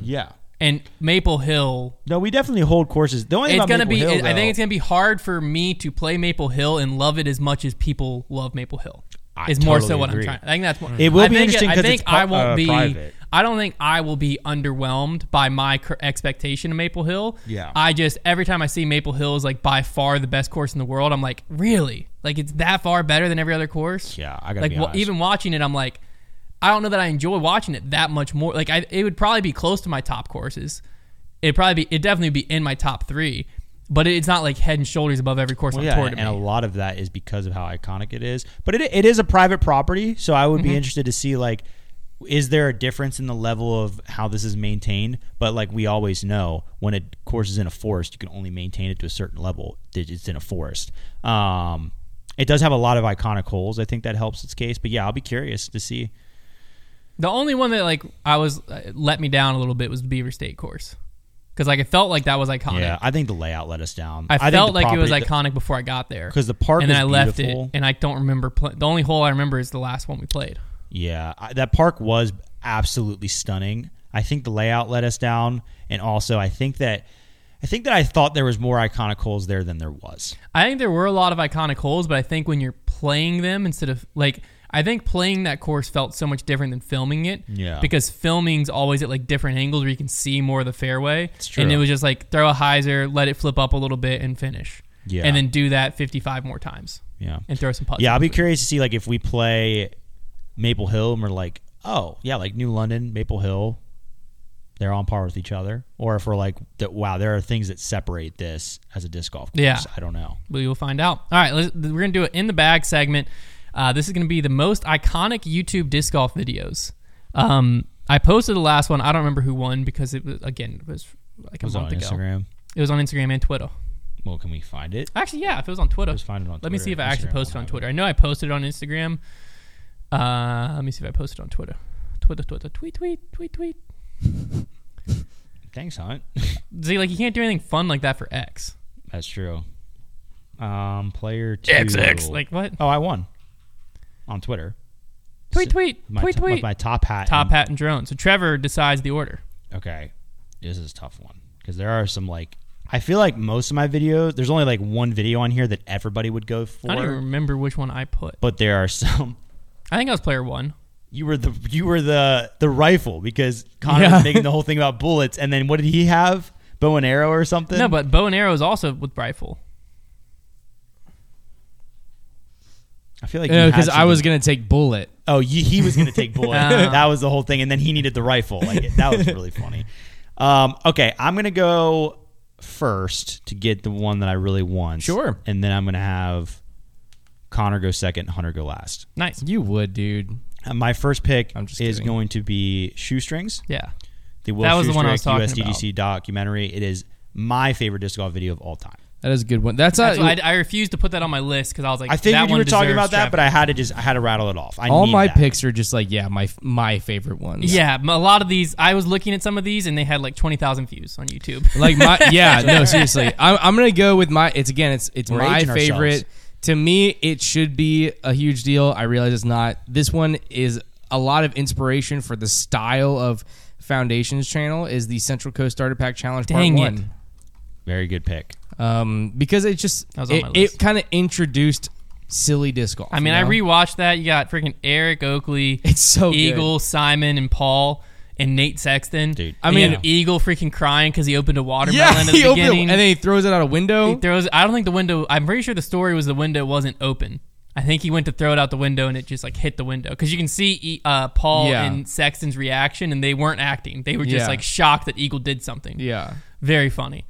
yeah.
And Maple Hill,
No, we definitely hold courses. The only thing
it's
about
gonna
Maple
be.
Hill,
I
though-
think it's gonna be hard for me to play Maple Hill and love it as much as people love Maple Hill.
I
Is more so
totally
what
agree.
I'm trying. I think that's more.
It will
I
be
think
interesting
I
'cause
think
it's pu-
I won't
uh,
be.
private.
I don't think I will be underwhelmed by my cur- expectation of Maple Hill.
Yeah.
I just every time I see Maple Hill is like by far the best course in the world. I'm like, really? Like it's that far better than every other course?
Yeah, I gotta
Like
be
well,
honest.
even watching it, I'm like, I don't know that I enjoy watching it that much more. Like I, it would probably be close to my top courses. It'd probably be. It definitely be in my top three. But it's not like head and shoulders above every course
Well,
on
yeah,
tour
and,
to
and a
me.
lot of that is because of how iconic it is. But it, it is a private property, so I
Mm-hmm.
would be interested to see like, is there a difference in the level of how this is maintained? But like we always know, when a course is in a forest, you can only maintain it to a certain level. that It's in a forest. Um, it does have a lot of iconic holes. I think that helps its case. But yeah, I'll be curious to see.
The only one that like I was uh, let me down a little bit was the Beaver State course, because like it felt like that was iconic.
Yeah, I think the layout let us down.
I,
think
felt
the
like it was
property-
iconic before I got there
'Cause the park
and then
is
I left
beautiful.
it, and I don't remember. Pl- the only hole I remember is the last one we played.
Yeah, I, that park was absolutely stunning. I think the layout let us down, and also I think that I think that I thought there was more iconic holes there than there was.
I think there were a lot of iconic holes, but I think when you're playing them instead of like, I think playing that course felt so much different than filming it.
Yeah.
Because filming's always at like different angles where you can see more of the fairway. It's
true.
And it was just like throw a hyzer, let it flip up a little bit, and finish.
Yeah.
And then do that 55 more times
Yeah,
and throw some putts.
yeah. I'll
into
be
it.
curious to see like if we play Maple Hill and we're like, oh yeah, like New London, Maple Hill, they're on par with each other, or if we're like, that, wow, there are things that separate this as a disc golf. Course.
Yeah.
I don't know.
we will find out. All right, let's, we're gonna do an in the bag segment. Uh, this is gonna be the most iconic YouTube disc golf videos. Um, I posted the last one. I don't remember who won because it was again it was like a
It was
month
on
ago.
Instagram.
It was on Instagram and Twitter.
Well, can we find it?
Actually, yeah, if it was on Twitter,
Just find it on
let me
Twitter
see if
or
I actually
Instagram,
posted
we'll
on
have
Twitter. I know I posted on Instagram. Uh, let me see if I posted on Twitter. Twitter, Twitter, tweet, tweet, tweet, tweet.
Thanks, Hunt.
See, like you can't do anything fun like that for X.
That's true. Um, player two.
XX. Like what?
Oh, I won on Twitter.
Tweet,
So-
tweet,
My
tweet,
to- with
tweet.
my top hat.
Top
and-
hat and drone. So Trevor decides the order.
Okay, this is a tough one because there are some like I feel like most of my videos. There's only like one video on here that everybody would go
I don't even
for,
remember which one I put.
but there are some.
I think I was player one.
You were the you were the the rifle because Connor
Yeah.
was making the whole thing about bullets, and then what did he have? Bow and arrow or something?
No, but bow and arrow is also with rifle.
I feel like
No,
you had
because I was
something-
gonna take bullet.
Oh, you, he was going to take bullet.
Oh.
that was the whole thing, and then he needed the rifle. Like it- that was really funny. Um, okay, I'm going to go first to get the one that I really want.
Sure.
and then I'm going to have Connor go second, Hunter go last.
Nice.
You would, dude.
Uh, my first pick
I'm just
is
kidding.
going to be shoestrings.
Yeah.
The Will
That was the one I was
Shoestrake
talking about.
USDGC documentary. It is my favorite disc golf video of all time.
That is a good one. That's,
That's
not,
why I, I refused to put that on my list because I was like,
I
that
figured you
one
were talking
deserves
about that,
Trevor.
but I had to just I had to rattle it off. I
all
need
my
that.
picks are just like yeah, my my favorite ones.
yeah, m- a lot of these. I was looking at some of these and they had like twenty thousand views on YouTube.
Like my yeah, no, seriously. I'm, I'm gonna go with my it's again, it's it's
We're
my
aging ourselves.
favorite. To me, it should be a huge deal. I realize it's not. This one is a lot of inspiration for the style of Foundations channel is the Central Coast Starter Pack Challenge
Dang it.
Part One.
Very good pick.
Um because it just
That was on
it,
my list.
kind of introduced silly disc golf.
I mean,
you know?
I rewatched that. You got freaking Eric Oakley,
It's so good.
Eagle, Simon, and Paul, and Nate Sexton.
Dude.
I
I mean,
mean-
Eagle freaking crying because he opened a watermelon
Yeah,
at the
he opened it,
beginning.
and then he throws it out a window.
There was. I don't think the window. I'm pretty sure the story was the window wasn't open. I I think he went to throw it out the window and it just like hit the window because you can see E- uh, Paul
Yeah.
and Sexton's reaction and they weren't acting. They were just
Yeah.
like shocked that Eagle did something.
Yeah.
Very funny.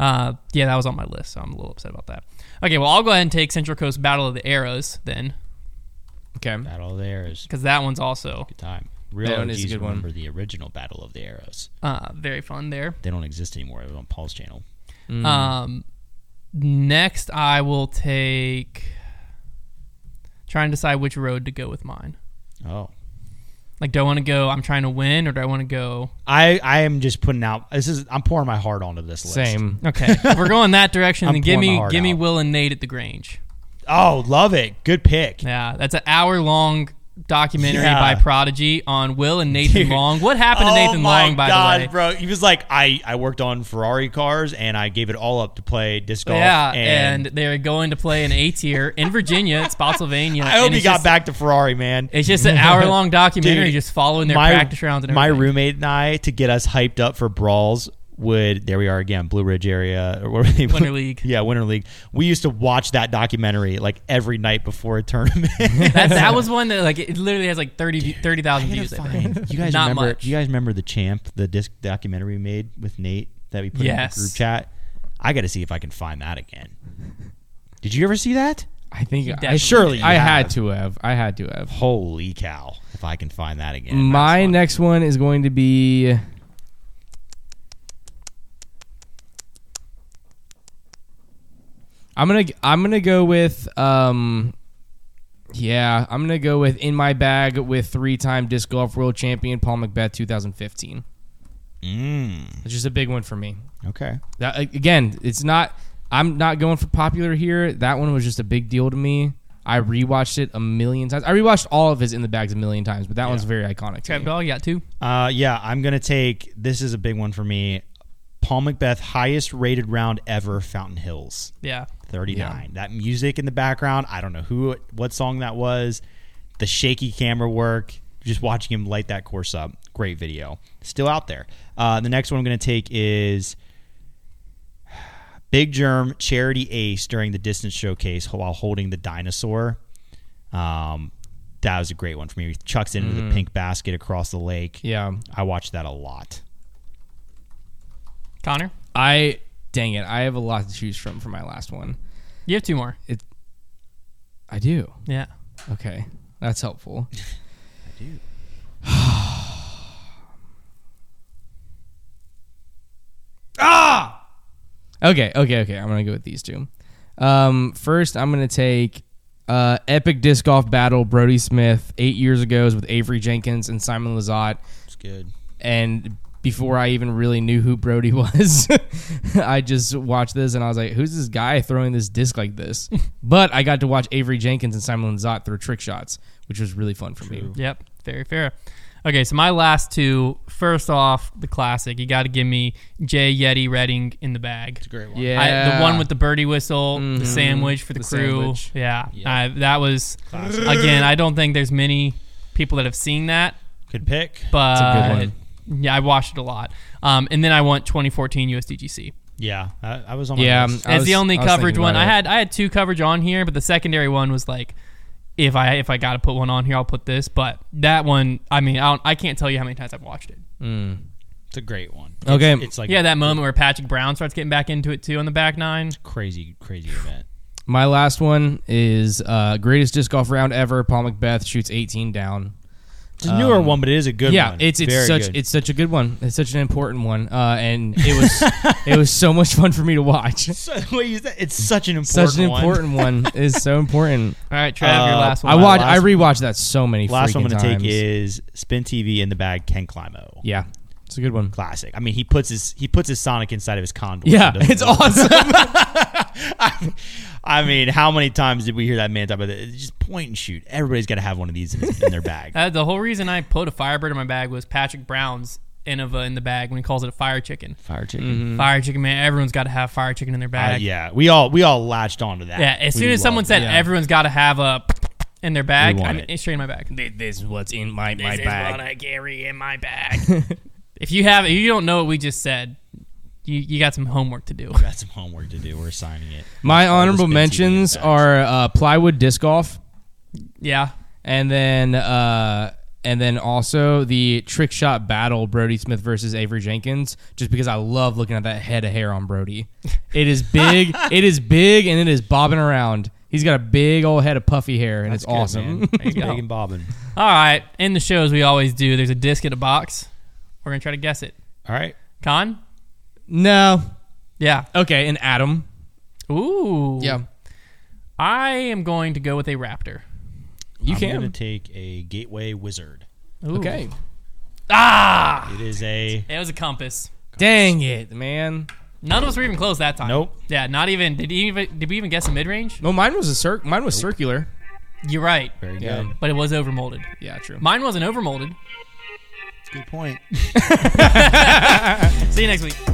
Uh, yeah, that was on my list, so I'm a little upset about that. Okay, well, I'll go ahead and take Central Coast Battle of the Arrows then,
Okay.
Battle of the Arrows.
because that one's also
Good time. Real
That one is a
OGs
good one.
remember the original Battle of the Arrows.
uh, very fun there.
They don't exist anymore. It was on Paul's channel. Mm.
Um, next, I will take. Trying to decide which road to go with mine.
Oh.
Like, do I want to go? I'm trying to win, or do I want to go?
I, I am just putting out this is I'm pouring my heart onto this list.
Same.
Okay, if we're going that direction.
I'm
then give
pouring my
me,
heart
give me
out.
Will and Nate at the Grange.
Oh, love it. Good pick.
Yeah, that's an hour long documentary
Yeah.
by Prodigy on Will and Nathan
Dude.
Long. What happened to
oh
Nathan
my
Long, by
God,
the way?
bro. He was like, I, I worked on Ferrari cars and I gave it all up to play disc golf.
Yeah,
and,
and, they're going to play an A tier in Virginia, it's Spotsylvania.
I hope
and
he
it's
got
just-
back to Ferrari, man.
It's just an hour long documentary,
Dude,
just following their practice rounds and
my
everything.
roommate and I to get us hyped up for brawls would there we are again Blue Ridge area or what were they-
Winter League.
yeah Winter League we used to watch that documentary like every night before a tournament
that, that was one that like it literally has like 30 30,000
I gotta
views. I
find-
think.
you guys
not
remember?
much.
You guys remember the champ, the disc documentary we made with Nate that we put
Yes.
in the group chat? I got to see if I can find that again. Did you ever see that?
I think I,
definitely
surely
did.
I
You
had
have.
to have. I had to have.
Holy cow! If I can find that again,
My next one is going to be. I'm gonna I'm gonna go with um, yeah I'm gonna go with in my bag with three time disc golf world champion Paul Macbeth 2015.
Mm,
It's just a big one for me.
okay.
That again, it's not. I'm not going for popular here. That one was just a big deal to me. I rewatched it a million times. I rewatched all of his in the bags a million times, but that one's very iconic. To
Trap
me.
Dog, you got two.
Uh, yeah, I'm gonna take. This is a big one for me. Paul Macbeth, highest rated round ever, Fountain Hills.
Yeah.
39. That music in the background, I don't know who what song that was. The shaky camera work, just watching him light that course up. Great video. Still out there. Uh, the next one I'm going to take is Big Germ Charity Ace during the distance showcase while holding the dinosaur. Um, that was a great one for me. He chucks it into the pink basket across the lake.
Yeah,
I watched that a lot.
Connor,
I dang it, I have a lot to choose from for my last one.
you have two more.
I do.
Yeah.
Okay, that's helpful. I do. ah. Okay, okay, okay. I'm gonna go with these two. Um, first, I'm gonna take uh, epic disc golf battle Brody Smith eight years ago is with Avery Jenkins and Simon Lazat.
It's good.
and before I even really knew who Brody was, I just watched this and I was like, "Who's this guy throwing this disc like this?" but I got to watch Avery Jenkins and Simon Lizotte throw trick shots, which was really fun for me.
Yep. Very fair. Okay, so my last two. First off, the classic. You got to give me Jay Yeti Redding in the bag. It's a great
Yeah, Mm-hmm.
I, the one with the birdie whistle, the sandwich for the,
The
crew.
sandwich.
Yeah, I, that was again. I don't think there's many people that have seen that,
Good pick.
but
a good
yeah, I watched it a lot. Um, and then I want 2014 USDGC.
Yeah, I, I was on my
yeah,
list.
I
That's
was-
the only
I was
coverage
thinking
one I
about it.
had. I had two coverage on here, but the secondary one was like, if I if I got to put one on here, I'll put this. But that one, I mean, I, don't, I can't tell you how many times I've watched it.
It's a great one.
Okay,
It's like
Yeah, that moment where Patrick Brown starts getting back into it too on the back nine.
crazy, crazy event.
my last one is uh, greatest disc golf round ever. Paul Macbeth shoots 18 down.
It's a newer one, but it is a good
yeah,
one.
it's it's
Very
such
good.
it's such a good one. It's such an important one, uh, and it was it was so much fun for me to watch.
So- what you said- it's such an important
Such an important one. It's so important.
All right, Trav, your
Uh,
last
I
one.
wa-
watched. I
last-
rewatched that so many.
one. Last one I'm
freaking
going to take
times.
is Spin TV in the bag. Ken Climo,
Yeah, it's a good one.
classic. I mean, he puts his he puts his Sonic inside of his condor.
Yeah,
It doesn't
it's
really-
awesome.
I mean, how many times did we hear that man talk about it? It's just point and shoot. Everybody's got to have one of these in, in their bag.
Uh, the whole reason I put a Firebird in my bag was Patrick Brown's Innova in the bag when he calls it a fire chicken.
Fire chicken.
Fire chicken, man. Everyone's got to have fire chicken in their
Mm. Uh,
bag. yeah.
yeah, we all we all latched onto that.
As
We
soon as
loved
someone
it.
said everyone's got to have a in their bag,
We want
I mean,
it.
it's straight in my bag.
this is what's in my, my
I carry in my bag. if you have, if you don't know what we just said, you you got some homework to do.
we got some homework to do, we're signing it.
My
All the
honorable
Spin TV
mentions
bags.
are uh, plywood disc golf.
Yeah.
and then uh, and then also the trick shot battle Brody Smith versus Avery Jenkins. Just because I love looking at that head of hair on Brody, it is big. it is big, and it is bobbing around. He's got a big old head of puffy hair, and it's awesome.
It's big and bobbing.
All right. In the show, as we always do, there's a disc in a box. We're going to try to guess it.
All right.
Con?
no,
Yeah.
okay, and Adam.
Ooh.
Yeah,
I am going to go with a raptor.
you
I'm gonna
can.
take a gateway wizard.
Ooh.
Okay,
Ah!
It is a
It was a compass.
dang it, man.
None of us were even close that time.
Nope.
Yeah, not even. Did he even? Did we even guess a mid range?
No, mine was a cir- Mine was circular.
You're right,
very good.
Yeah.
but it was overmolded.
Yeah, true.
Mine wasn't overmolded.
That's a good point.
See you next week.